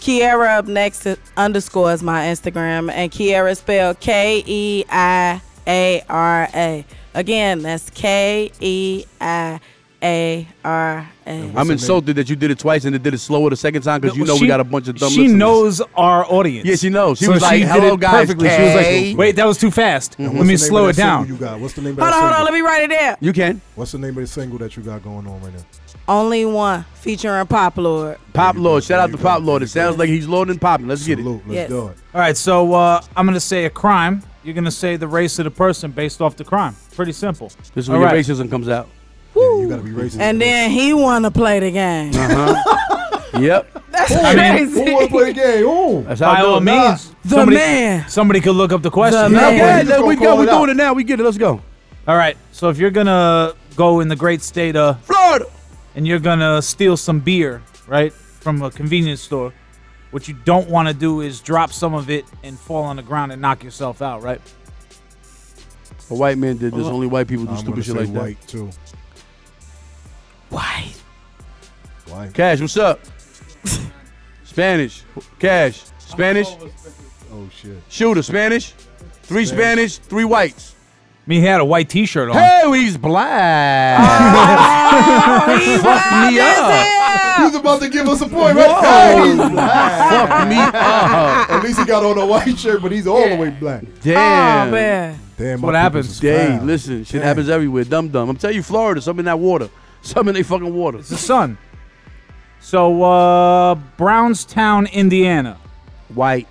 [SPEAKER 8] Kiara up next to, underscore is my Instagram, and Kiara spelled K E I A R A. Again, that's K E I A R A.
[SPEAKER 7] I'm insulted that you did it twice and it did it slower the second time because you know
[SPEAKER 6] She-
[SPEAKER 7] we got a bunch of dumb
[SPEAKER 6] She
[SPEAKER 7] listeners.
[SPEAKER 6] knows our audience.
[SPEAKER 7] Yeah, she knows. She
[SPEAKER 6] So
[SPEAKER 7] was like,
[SPEAKER 6] did
[SPEAKER 7] "Hello,
[SPEAKER 6] it
[SPEAKER 7] guys, Mm-hmm.
[SPEAKER 6] Perfectly. She was
[SPEAKER 7] K."
[SPEAKER 6] like, "Wait, that was too fast. Let me slow it down."
[SPEAKER 5] You got? What's the name of
[SPEAKER 8] Hold
[SPEAKER 5] that
[SPEAKER 8] on, hold on.
[SPEAKER 5] single?
[SPEAKER 8] Let me write it down.
[SPEAKER 7] You can.
[SPEAKER 5] What's the name of the single that you got going on right now?
[SPEAKER 8] Only one featuring Pop Lord.
[SPEAKER 7] Pop
[SPEAKER 5] you
[SPEAKER 7] Lord.
[SPEAKER 5] go,
[SPEAKER 7] Shout
[SPEAKER 5] there
[SPEAKER 7] out
[SPEAKER 5] you
[SPEAKER 7] to
[SPEAKER 5] go,
[SPEAKER 7] Pop
[SPEAKER 5] there
[SPEAKER 7] Lord.
[SPEAKER 5] you
[SPEAKER 7] It sounds like he's loading popping. Let's get it.
[SPEAKER 5] Salute. Let's
[SPEAKER 8] Yes.
[SPEAKER 5] do it.
[SPEAKER 6] All right, so uh, I'm gonna say a crime. You're gonna say the race of the person based off the crime. Pretty simple.
[SPEAKER 7] This is when
[SPEAKER 6] All
[SPEAKER 7] your
[SPEAKER 6] right.
[SPEAKER 7] racism comes out.
[SPEAKER 5] Yeah, you got to be racist.
[SPEAKER 8] And then he want to play the game.
[SPEAKER 7] Yep.
[SPEAKER 8] That's
[SPEAKER 5] Who
[SPEAKER 8] crazy.
[SPEAKER 5] want to play the game? Ooh.
[SPEAKER 7] That's how I
[SPEAKER 6] By
[SPEAKER 7] do
[SPEAKER 6] all
[SPEAKER 7] it.
[SPEAKER 6] means,
[SPEAKER 8] The
[SPEAKER 6] somebody,
[SPEAKER 8] man.
[SPEAKER 6] Somebody could look up the question.
[SPEAKER 8] The man.
[SPEAKER 7] Yeah,
[SPEAKER 5] You just
[SPEAKER 7] yeah, we
[SPEAKER 5] gonna call
[SPEAKER 7] go.
[SPEAKER 5] it
[SPEAKER 7] We're
[SPEAKER 5] out.
[SPEAKER 7] doing it now. We get it. Let's go.
[SPEAKER 6] All right, so if you're gonna go in the great state of
[SPEAKER 7] Florida.
[SPEAKER 6] and you're gonna steal some beer, right, from a convenience store, what you don't want to do is drop some of it and fall on the ground and knock yourself out, right?
[SPEAKER 7] A white man did this.
[SPEAKER 6] Well,
[SPEAKER 7] Only white people do
[SPEAKER 5] I'm
[SPEAKER 7] stupid
[SPEAKER 5] going to
[SPEAKER 7] shit
[SPEAKER 5] say
[SPEAKER 7] like that.
[SPEAKER 5] white, too.
[SPEAKER 8] Why?
[SPEAKER 5] White.
[SPEAKER 7] Cash, what's up? Spanish. Cash. Spanish.
[SPEAKER 5] Oh, shit.
[SPEAKER 7] Shooter. Spanish. Three Spanish. Three whites.
[SPEAKER 6] Me, he had a white T-shirt on.
[SPEAKER 7] Oh, he's black.
[SPEAKER 8] Oh,
[SPEAKER 7] Fuck me up.
[SPEAKER 5] He's about to give us a point, right? Hey,
[SPEAKER 7] Fuck me up.
[SPEAKER 5] At least he got on a white shirt, but he's all the way black.
[SPEAKER 7] Damn.
[SPEAKER 8] Oh man.
[SPEAKER 5] Damn,
[SPEAKER 6] what
[SPEAKER 5] my
[SPEAKER 6] happens.
[SPEAKER 5] peoples is
[SPEAKER 7] Day,
[SPEAKER 5] foul.
[SPEAKER 7] listen, shit
[SPEAKER 5] Damn.
[SPEAKER 7] happens everywhere. Dumb dumb. I'm telling you, Florida, something in that water. Something in they fucking water.
[SPEAKER 6] It's the sun. So uh, Brownstown, Indiana.
[SPEAKER 7] White.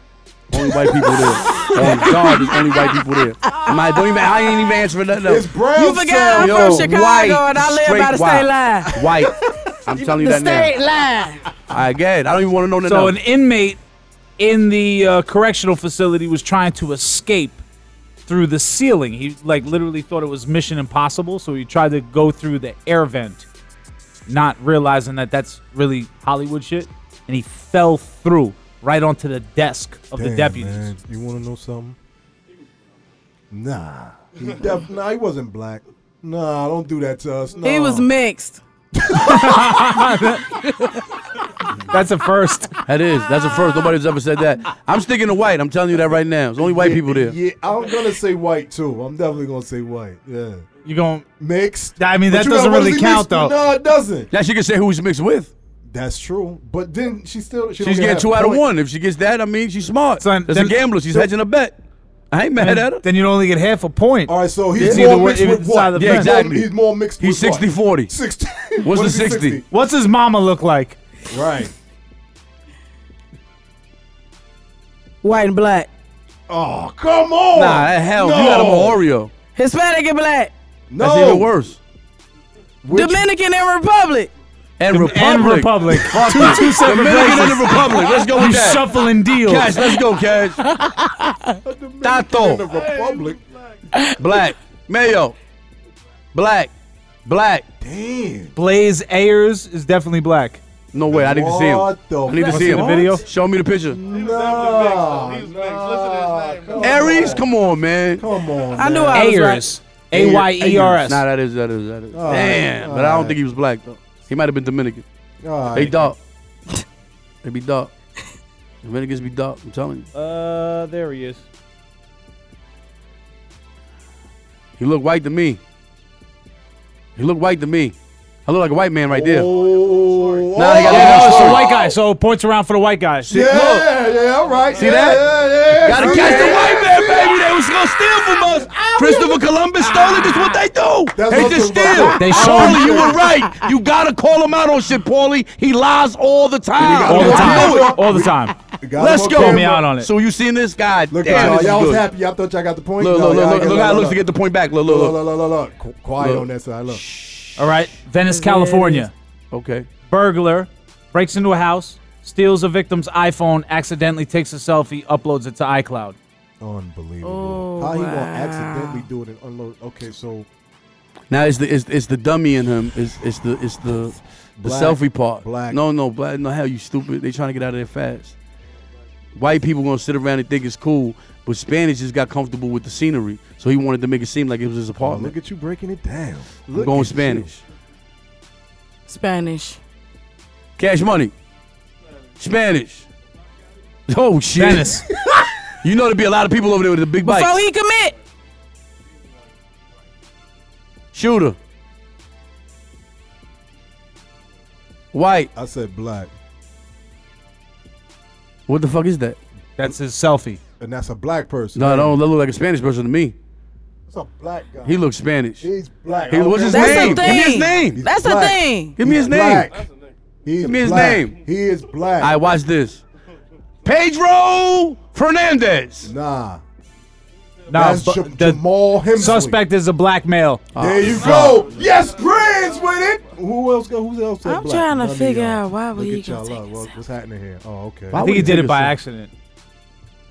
[SPEAKER 7] Only white people there. On God, there's only white people there. I'm not, don't even, I ain't even answering nothing
[SPEAKER 5] It's
[SPEAKER 7] else.
[SPEAKER 5] brown.
[SPEAKER 8] You forgot I'm
[SPEAKER 7] Yo,
[SPEAKER 8] from Chicago
[SPEAKER 7] white,
[SPEAKER 8] and I live by
[SPEAKER 7] straight
[SPEAKER 8] the
[SPEAKER 7] white.
[SPEAKER 8] state line.
[SPEAKER 7] White. I'm telling you
[SPEAKER 8] The
[SPEAKER 7] that
[SPEAKER 8] state
[SPEAKER 7] now.
[SPEAKER 8] line.
[SPEAKER 7] I get it. I don't even want to know nothing
[SPEAKER 6] So
[SPEAKER 7] else.
[SPEAKER 6] an inmate in the uh, correctional facility was trying to escape through the ceiling. He like literally thought it was Mission Impossible, so he tried to go through the air vent, not realizing that that's really Hollywood shit, and he fell through right onto the desk of the
[SPEAKER 5] Damn,
[SPEAKER 6] deputies.
[SPEAKER 5] man. You want to know something? Nah. He def- nah, he wasn't black. Nah, don't do that to us. No.
[SPEAKER 8] He was mixed.
[SPEAKER 6] That's a first.
[SPEAKER 7] that is. That's the first. Nobody's ever said that. I'm sticking to white. I'm telling you that right now. There's only white people there.
[SPEAKER 5] Yeah, I'm gonna say white too. I'm definitely gonna say white. Yeah,
[SPEAKER 6] You going
[SPEAKER 5] mixed.
[SPEAKER 6] I mean,
[SPEAKER 5] But
[SPEAKER 6] that
[SPEAKER 5] you gotta-
[SPEAKER 6] doesn't
[SPEAKER 5] what
[SPEAKER 6] really
[SPEAKER 5] does he
[SPEAKER 6] count,
[SPEAKER 5] mix with?
[SPEAKER 6] though.
[SPEAKER 5] No, it doesn't.
[SPEAKER 7] Now she can say who he's mixed with.
[SPEAKER 5] That's true. But then she still she don't
[SPEAKER 7] She's
[SPEAKER 5] get
[SPEAKER 7] getting
[SPEAKER 5] half
[SPEAKER 7] two out of
[SPEAKER 5] point.
[SPEAKER 7] one. If she gets that, I mean, she's smart.
[SPEAKER 6] Son,
[SPEAKER 7] That's a
[SPEAKER 6] then-
[SPEAKER 7] gambler. She's hedging a bet. I ain't mad at her.
[SPEAKER 6] then, then you'd only get half a point.
[SPEAKER 5] All right, so he's
[SPEAKER 6] Yeah. Either
[SPEAKER 5] more
[SPEAKER 6] way,
[SPEAKER 5] mixed
[SPEAKER 6] if
[SPEAKER 5] with
[SPEAKER 6] it's side of
[SPEAKER 5] what?
[SPEAKER 6] the
[SPEAKER 7] Yeah,
[SPEAKER 5] He's more-
[SPEAKER 7] exactly.
[SPEAKER 5] He's more mixed.
[SPEAKER 7] He's
[SPEAKER 5] with what?
[SPEAKER 7] 60 40.
[SPEAKER 5] Sixty.
[SPEAKER 7] What's
[SPEAKER 5] What
[SPEAKER 7] the
[SPEAKER 5] is he,
[SPEAKER 7] 60?
[SPEAKER 6] What's his mama look like?
[SPEAKER 5] Right.
[SPEAKER 8] White and black.
[SPEAKER 5] Oh, come on.
[SPEAKER 7] Nah, that hell.
[SPEAKER 5] No.
[SPEAKER 7] You got him an Oreo.
[SPEAKER 8] Hispanic and black.
[SPEAKER 5] No.
[SPEAKER 7] That's even worse.
[SPEAKER 5] Which-
[SPEAKER 8] Dominican and Republic.
[SPEAKER 7] And Republic.
[SPEAKER 6] And Republic. two, two separate
[SPEAKER 7] Dominican and
[SPEAKER 6] places.
[SPEAKER 7] the Republic. Let's go
[SPEAKER 6] You
[SPEAKER 7] with that.
[SPEAKER 6] shuffling deals.
[SPEAKER 7] Cash, let's go, Cash.
[SPEAKER 5] in the
[SPEAKER 7] Tato,
[SPEAKER 5] Republic.
[SPEAKER 7] black. Mayo, black. Black.
[SPEAKER 5] Damn.
[SPEAKER 6] Blaze Ayers is definitely black.
[SPEAKER 7] No way, I need to see him.
[SPEAKER 5] What the
[SPEAKER 7] I need to
[SPEAKER 5] fuck?
[SPEAKER 7] see him.
[SPEAKER 6] the video?
[SPEAKER 7] Show me the picture.
[SPEAKER 5] Nah, nah, come
[SPEAKER 7] Aries,
[SPEAKER 5] on.
[SPEAKER 7] come on, man.
[SPEAKER 5] Come on.
[SPEAKER 8] I knew
[SPEAKER 5] man.
[SPEAKER 8] I was right.
[SPEAKER 6] Ayers. A Y E R
[SPEAKER 7] Nah,
[SPEAKER 6] S.
[SPEAKER 7] that is, that is, that is.
[SPEAKER 5] All right,
[SPEAKER 7] Damn,
[SPEAKER 5] all
[SPEAKER 7] but I don't
[SPEAKER 5] right.
[SPEAKER 7] think he was black though. He might have been Dominican.
[SPEAKER 5] All
[SPEAKER 7] They
[SPEAKER 5] right.
[SPEAKER 7] dark. They be dark. Dominicans be dark. I'm telling you.
[SPEAKER 6] Uh, there he is.
[SPEAKER 7] He look white to me. He look white to me. I look like a white man right there.
[SPEAKER 5] Oh,
[SPEAKER 7] Nah, they got
[SPEAKER 5] oh,
[SPEAKER 6] Oh,
[SPEAKER 7] that
[SPEAKER 6] so
[SPEAKER 7] short.
[SPEAKER 6] white guy. So points around for the white guy.
[SPEAKER 5] yeah, yeah, all right. See yeah,
[SPEAKER 7] that?
[SPEAKER 5] Yeah, yeah.
[SPEAKER 7] Gotta
[SPEAKER 5] see
[SPEAKER 7] catch the
[SPEAKER 5] that?
[SPEAKER 7] white man, baby. They was gonna steal from us. Christopher Columbus stole it. This is what they do.
[SPEAKER 5] That's
[SPEAKER 7] they
[SPEAKER 5] what
[SPEAKER 7] just
[SPEAKER 5] I'm talking
[SPEAKER 7] steal.
[SPEAKER 5] about.
[SPEAKER 6] They show
[SPEAKER 7] Paulie,
[SPEAKER 6] him.
[SPEAKER 7] you were right. You gotta call him out on shit, Paulie. He lies all the time.
[SPEAKER 6] All the
[SPEAKER 7] I knew
[SPEAKER 6] time.
[SPEAKER 7] it.
[SPEAKER 6] All the time.
[SPEAKER 5] You got
[SPEAKER 7] Let's
[SPEAKER 5] him
[SPEAKER 7] go.
[SPEAKER 5] on
[SPEAKER 6] Call me
[SPEAKER 5] camera.
[SPEAKER 6] out on it.
[SPEAKER 7] So you seen this guy?
[SPEAKER 5] Look
[SPEAKER 7] Damn,
[SPEAKER 5] at
[SPEAKER 7] this is
[SPEAKER 5] y'all. Y'all was
[SPEAKER 7] good.
[SPEAKER 5] happy. Y'all thought y'all got the point.
[SPEAKER 7] Look,
[SPEAKER 5] No,
[SPEAKER 7] look,
[SPEAKER 5] y'all
[SPEAKER 7] look,
[SPEAKER 5] ain't got
[SPEAKER 7] look, look how it
[SPEAKER 5] no-
[SPEAKER 7] looks to get the point back. Look,
[SPEAKER 5] Look,
[SPEAKER 7] look,
[SPEAKER 5] look,
[SPEAKER 7] look.
[SPEAKER 5] look, look, look, look. Quiet
[SPEAKER 7] Look.
[SPEAKER 5] on that side. Look.
[SPEAKER 6] All right. Venice,
[SPEAKER 8] There it is.
[SPEAKER 6] California.
[SPEAKER 7] Okay.
[SPEAKER 6] Burglar breaks into a house, steals a victim's iPhone, accidentally takes a selfie, uploads it to iCloud.
[SPEAKER 5] Unbelievable.
[SPEAKER 8] Oh,
[SPEAKER 5] How he gonna
[SPEAKER 8] wow.
[SPEAKER 5] accidentally do it and unload? Okay, so
[SPEAKER 7] Now it's the it's, it's the dummy in him. It's it's the it's the the
[SPEAKER 5] Black.
[SPEAKER 7] selfie part.
[SPEAKER 5] Black.
[SPEAKER 7] No, no, black. No, hell, you stupid. They trying to get out of there fast. White people gonna sit around and think it's cool, but Spanish just got comfortable with the scenery, so he wanted to make it seem like it was his
[SPEAKER 5] oh,
[SPEAKER 7] apartment.
[SPEAKER 5] look at you breaking it down.
[SPEAKER 7] I'm
[SPEAKER 5] Look
[SPEAKER 7] going
[SPEAKER 5] at
[SPEAKER 7] Spanish.
[SPEAKER 8] Spanish.
[SPEAKER 7] Cash money. Spanish. Oh shit.
[SPEAKER 6] Venice.
[SPEAKER 7] You know there'd be a lot of people over there with the big bikes.
[SPEAKER 8] Before he commit.
[SPEAKER 7] Shooter. White.
[SPEAKER 5] you. I said black,
[SPEAKER 7] What the fuck is that?
[SPEAKER 6] That's his selfie.
[SPEAKER 5] and that's a black person.
[SPEAKER 7] No, no, that look like a Spanish person to me.
[SPEAKER 5] That's a black guy.
[SPEAKER 7] He looks Spanish.
[SPEAKER 5] He's black.
[SPEAKER 7] He- what's his
[SPEAKER 8] That's
[SPEAKER 7] name?
[SPEAKER 8] the
[SPEAKER 7] Give me his
[SPEAKER 8] thing.
[SPEAKER 7] name.
[SPEAKER 8] That's the
[SPEAKER 5] Black.
[SPEAKER 8] thing.
[SPEAKER 7] Give me his name.
[SPEAKER 5] Black. He's
[SPEAKER 7] Give me his
[SPEAKER 5] black.
[SPEAKER 7] name.
[SPEAKER 5] He is black.
[SPEAKER 7] I watch this. Pedro Fernandez.
[SPEAKER 5] nah.
[SPEAKER 6] Now,
[SPEAKER 5] That's Ja-
[SPEAKER 6] the
[SPEAKER 5] Jamal Hemsley.
[SPEAKER 6] suspect is a black male.
[SPEAKER 5] There you go. Yes, Grins with it. Who else got? Who else? said
[SPEAKER 8] I'm
[SPEAKER 5] black?
[SPEAKER 8] trying to
[SPEAKER 5] None of
[SPEAKER 8] figure
[SPEAKER 5] y'all.
[SPEAKER 8] out why
[SPEAKER 5] Look
[SPEAKER 8] were you
[SPEAKER 5] at
[SPEAKER 8] gonna
[SPEAKER 5] y'all
[SPEAKER 8] take
[SPEAKER 5] up.
[SPEAKER 8] us
[SPEAKER 5] What- What's happening here? Oh, okay.
[SPEAKER 6] I
[SPEAKER 7] Why
[SPEAKER 6] think he
[SPEAKER 7] would he
[SPEAKER 6] did
[SPEAKER 7] take
[SPEAKER 6] it by
[SPEAKER 7] a selfie?
[SPEAKER 6] accident.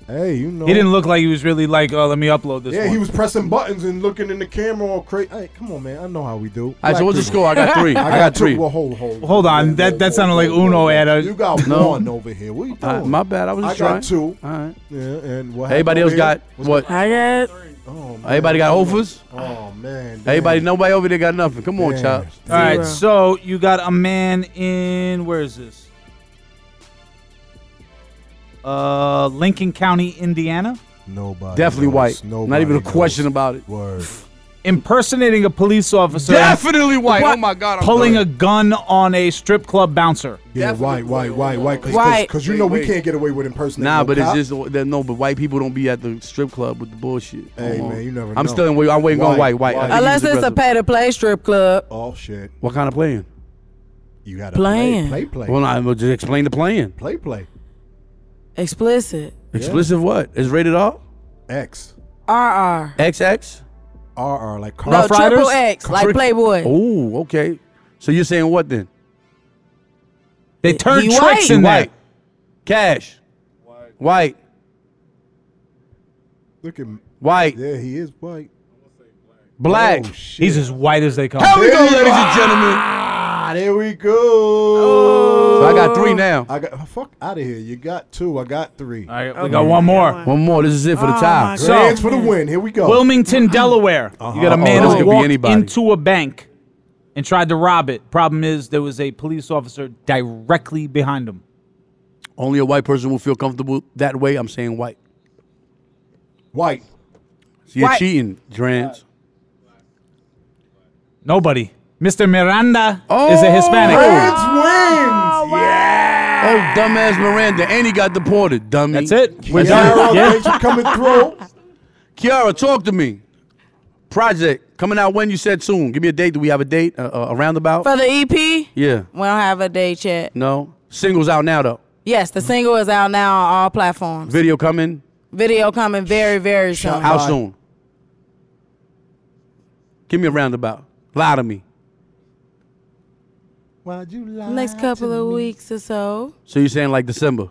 [SPEAKER 5] Hey, you know.
[SPEAKER 6] He didn't look like he was really like, oh, let me upload this.
[SPEAKER 5] Yeah,
[SPEAKER 6] one.
[SPEAKER 5] he was pressing buttons and looking in the camera all crazy. Hey, come on, man. I know how we do.
[SPEAKER 7] All right, so
[SPEAKER 5] Black
[SPEAKER 7] what's the
[SPEAKER 5] people.
[SPEAKER 7] score? I got three. I got
[SPEAKER 5] two-
[SPEAKER 7] three.
[SPEAKER 5] Well,
[SPEAKER 7] All
[SPEAKER 5] hold, hold,
[SPEAKER 6] Hold on, that- that sounded like Uno had a-
[SPEAKER 5] You got
[SPEAKER 7] No.
[SPEAKER 5] one over here. What are you doing?
[SPEAKER 7] right, Uh, my bad. I was
[SPEAKER 5] I
[SPEAKER 7] just
[SPEAKER 5] got
[SPEAKER 7] trying.
[SPEAKER 5] two.
[SPEAKER 7] All right.
[SPEAKER 5] Yeah, and what?
[SPEAKER 7] Everybody else
[SPEAKER 5] happened
[SPEAKER 7] got
[SPEAKER 5] over here?
[SPEAKER 7] what?
[SPEAKER 8] I got
[SPEAKER 5] Oh, man.
[SPEAKER 7] Everybody got offers?
[SPEAKER 5] Oh man. damn.
[SPEAKER 7] Everybody, nobody over there got nothing. Come on,
[SPEAKER 5] Damn.
[SPEAKER 7] chops.
[SPEAKER 6] All right,
[SPEAKER 8] Zero.
[SPEAKER 6] so you got a man in where is this? Uh, Lincoln County, Indiana,
[SPEAKER 5] Nobody.
[SPEAKER 7] Definitely
[SPEAKER 5] knows.
[SPEAKER 7] white. Not
[SPEAKER 5] Nobody
[SPEAKER 7] even a
[SPEAKER 5] knows.
[SPEAKER 7] question about it.
[SPEAKER 5] Word.
[SPEAKER 6] impersonating a police officer,
[SPEAKER 7] Definitely white.
[SPEAKER 6] What?
[SPEAKER 7] Oh my god. I'm
[SPEAKER 6] pulling
[SPEAKER 7] done.
[SPEAKER 6] a gun on a strip club bouncer.
[SPEAKER 5] Yeah, white,
[SPEAKER 7] Definitely
[SPEAKER 5] white, white, white. Cause,
[SPEAKER 8] White.
[SPEAKER 5] Because you know we
[SPEAKER 7] Wait, wait.
[SPEAKER 5] can't get away with impersonating.
[SPEAKER 7] Nah,
[SPEAKER 5] no
[SPEAKER 7] but
[SPEAKER 5] cop.
[SPEAKER 7] it's just that no. But white people don't be at the strip club with the bullshit.
[SPEAKER 5] Hey,
[SPEAKER 7] Come on.
[SPEAKER 5] man, you never
[SPEAKER 7] I'm
[SPEAKER 5] know.
[SPEAKER 7] still in. wait- I'm waiting on
[SPEAKER 5] White,
[SPEAKER 7] white, white.
[SPEAKER 5] white.
[SPEAKER 7] I think he was
[SPEAKER 8] Unless it's a
[SPEAKER 7] aggressive.
[SPEAKER 8] pay to play strip club.
[SPEAKER 5] Oh shit.
[SPEAKER 7] What kind of playing?
[SPEAKER 5] You gotta
[SPEAKER 8] Playing.
[SPEAKER 5] Play, play, play.
[SPEAKER 7] Well, I will just explain the playing.
[SPEAKER 5] play, play.
[SPEAKER 8] Explicit.
[SPEAKER 7] Explicit what? Is rated R?
[SPEAKER 5] X.
[SPEAKER 8] RR.
[SPEAKER 7] XX?
[SPEAKER 5] RR like
[SPEAKER 8] No,
[SPEAKER 5] Carl.
[SPEAKER 6] Rough Riders?
[SPEAKER 8] triple X, like
[SPEAKER 7] Trick-
[SPEAKER 8] Playboy.
[SPEAKER 7] Oh, okay. So you're saying what then?
[SPEAKER 6] They turned
[SPEAKER 8] he
[SPEAKER 6] tricks
[SPEAKER 8] white.
[SPEAKER 6] in there.
[SPEAKER 7] White. Cash. White.
[SPEAKER 5] Look at him.
[SPEAKER 7] White.
[SPEAKER 5] Yeah, he is white.
[SPEAKER 7] Black.
[SPEAKER 5] Oh shit.
[SPEAKER 6] He's as white as they come.
[SPEAKER 7] There we go,
[SPEAKER 5] There you
[SPEAKER 7] ladies and
[SPEAKER 5] are.
[SPEAKER 7] gentlemen.
[SPEAKER 5] Ah, there we go.
[SPEAKER 6] Oh.
[SPEAKER 7] So I got three now.
[SPEAKER 5] I got oh, fuck out of here. You got two. I got three.
[SPEAKER 6] All right, we got one more.
[SPEAKER 7] One more. This is it for the
[SPEAKER 8] Oh,
[SPEAKER 7] tie.
[SPEAKER 8] my
[SPEAKER 6] So-
[SPEAKER 5] Hands for the win. Here we go.
[SPEAKER 6] Wilmington, Delaware. You got a
[SPEAKER 7] Uh-huh.
[SPEAKER 6] man
[SPEAKER 7] Oh, this
[SPEAKER 6] who
[SPEAKER 7] could be
[SPEAKER 6] walked
[SPEAKER 7] anybody.
[SPEAKER 6] into a bank and tried to rob it. Problem is, there was a police officer directly behind him.
[SPEAKER 7] Only a white person will feel comfortable that way. I'm saying white.
[SPEAKER 5] White.
[SPEAKER 7] So you're
[SPEAKER 8] White.
[SPEAKER 7] cheating, Drans.
[SPEAKER 6] Nobody. Mr. Miranda is a Hispanic.
[SPEAKER 5] Hands wins. Yeah.
[SPEAKER 7] Oh, dumbass Miranda. And he got deported, dummy.
[SPEAKER 6] That's it. We're
[SPEAKER 5] Kiara,
[SPEAKER 6] done. Yeah.
[SPEAKER 5] thanks for coming through.
[SPEAKER 7] Kiara, talk to me. Project coming out when you said soon. Give me a date. Do we have a date? Uh, uh, a roundabout?
[SPEAKER 8] For the EP, we
[SPEAKER 7] yeah.
[SPEAKER 8] don't have a date yet.
[SPEAKER 7] No. Singles out now though.
[SPEAKER 8] Yes, the single is out now on all platforms.
[SPEAKER 7] Video coming.
[SPEAKER 8] Video coming very, very soon.
[SPEAKER 7] How soon? Give me a roundabout. Lie to me.
[SPEAKER 5] Why'd you lie?
[SPEAKER 8] Next couple of weeks or so.
[SPEAKER 7] So you're saying like December,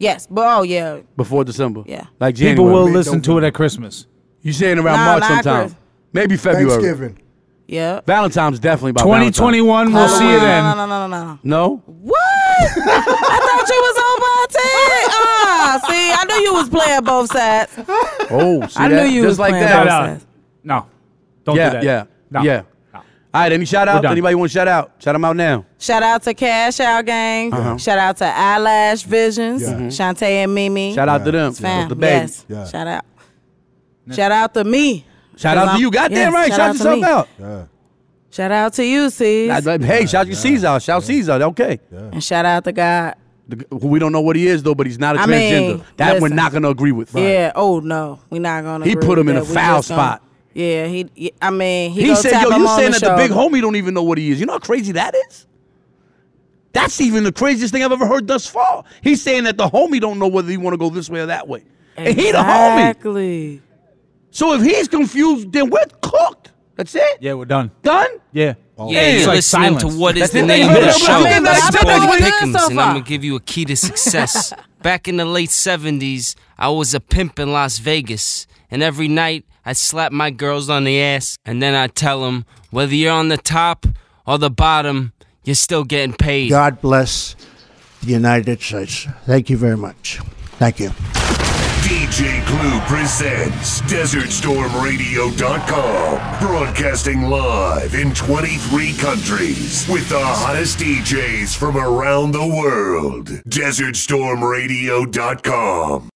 [SPEAKER 8] Yes, but oh yeah,
[SPEAKER 7] before December?
[SPEAKER 8] Yeah.
[SPEAKER 7] Like January.
[SPEAKER 6] People will
[SPEAKER 5] They
[SPEAKER 6] listen
[SPEAKER 5] don't
[SPEAKER 6] to it at
[SPEAKER 7] Oh,
[SPEAKER 6] Christmas.
[SPEAKER 7] You saying around
[SPEAKER 8] Nah,
[SPEAKER 7] March
[SPEAKER 8] nah,
[SPEAKER 7] sometime?
[SPEAKER 8] Chris.
[SPEAKER 7] Maybe February.
[SPEAKER 5] Thanksgiving.
[SPEAKER 8] yeah.
[SPEAKER 7] Valentine's definitely by
[SPEAKER 6] 2021, we'll see you
[SPEAKER 8] No, no,
[SPEAKER 6] then.
[SPEAKER 8] no, no, no, no.
[SPEAKER 7] Valentine's. No.
[SPEAKER 8] What? I thought you was on my team. Ah, see, I knew you was playing both sides.
[SPEAKER 7] Oh, see
[SPEAKER 8] I
[SPEAKER 7] that?
[SPEAKER 8] knew you
[SPEAKER 7] Just
[SPEAKER 8] was
[SPEAKER 7] like
[SPEAKER 8] playing
[SPEAKER 7] that.
[SPEAKER 8] both
[SPEAKER 6] No,
[SPEAKER 8] sides.
[SPEAKER 6] No. Don't
[SPEAKER 7] yeah,
[SPEAKER 6] do that.
[SPEAKER 7] yeah,
[SPEAKER 6] No.
[SPEAKER 7] yeah.
[SPEAKER 6] No.
[SPEAKER 7] All right, any shout out?
[SPEAKER 6] done.
[SPEAKER 7] Anybody want to shout out? Shout them out now.
[SPEAKER 8] Shout out to Cash Out Gang.
[SPEAKER 7] Uh-huh.
[SPEAKER 8] Shout out to Eyelash Visions.
[SPEAKER 5] Yeah.
[SPEAKER 7] Mm-hmm.
[SPEAKER 5] Mhm.
[SPEAKER 8] Shante and Mimi.
[SPEAKER 7] Shout out to them.
[SPEAKER 8] Fam,
[SPEAKER 7] The baby.
[SPEAKER 8] yes.
[SPEAKER 5] Yeah.
[SPEAKER 8] Shout out. Shout out to me.
[SPEAKER 7] Shout out to you. Goddamn
[SPEAKER 8] Yes,
[SPEAKER 7] right. Shout,
[SPEAKER 8] to
[SPEAKER 7] yourself
[SPEAKER 8] me.
[SPEAKER 7] out.
[SPEAKER 5] Yeah.
[SPEAKER 8] Shout out to you, C's.
[SPEAKER 7] I- I- hey, shout your Caesar out. Shout Caesar. out. Okay.
[SPEAKER 8] and shout out to God.
[SPEAKER 7] The g- who we don't know what he is though, but he's not a
[SPEAKER 8] I
[SPEAKER 7] transgender.
[SPEAKER 8] mean,
[SPEAKER 7] that we're
[SPEAKER 8] listen.
[SPEAKER 7] not gonna agree with.
[SPEAKER 8] Yeah. Oh no, we're not gonna.
[SPEAKER 7] He
[SPEAKER 8] agree
[SPEAKER 7] put him
[SPEAKER 8] with
[SPEAKER 7] in a
[SPEAKER 8] that. We
[SPEAKER 7] foul
[SPEAKER 8] just gonna-
[SPEAKER 7] spot.
[SPEAKER 8] Yeah, he. y- I mean, he,
[SPEAKER 7] He
[SPEAKER 8] go
[SPEAKER 7] said,
[SPEAKER 8] tap
[SPEAKER 7] "Yo,
[SPEAKER 8] him
[SPEAKER 7] you
[SPEAKER 8] on
[SPEAKER 7] saying
[SPEAKER 8] the
[SPEAKER 7] that the big
[SPEAKER 8] shoulder.
[SPEAKER 7] homie don't even know what he is? You know how crazy that is? That's even the craziest thing I've ever heard thus far. He's saying that the homie don't know whether he want to go this way or that way, and he the homie.
[SPEAKER 8] Exactly.
[SPEAKER 7] So if he's confused, then we're cooked. That's it.
[SPEAKER 6] Yeah, we're done.
[SPEAKER 7] Done.
[SPEAKER 6] Yeah.
[SPEAKER 3] Yeah,
[SPEAKER 6] it's
[SPEAKER 3] you're
[SPEAKER 6] like
[SPEAKER 3] listening
[SPEAKER 6] silence.
[SPEAKER 3] to what is
[SPEAKER 7] That's
[SPEAKER 3] the
[SPEAKER 7] it, they
[SPEAKER 3] name
[SPEAKER 7] heard
[SPEAKER 3] of the
[SPEAKER 7] it, but I
[SPEAKER 3] show.
[SPEAKER 7] mean, that's
[SPEAKER 3] It's
[SPEAKER 7] what
[SPEAKER 3] Paul
[SPEAKER 8] they're doing
[SPEAKER 3] Pickens,
[SPEAKER 8] so
[SPEAKER 3] and I'm
[SPEAKER 8] far.
[SPEAKER 3] gonna give you a key to success. Back in the late '70s, I was a pimp in Las Vegas, and every night I'd slap my girls on the ass, and then I'd tell them whether you're on the top or the bottom, you're still getting paid.
[SPEAKER 9] God bless the United States. Thank you very much. Thank you.
[SPEAKER 10] DJ Clue presents DesertStormRadio.com. Broadcasting live in 23 countries with the hottest DJs from around the world. DesertStormRadio.com.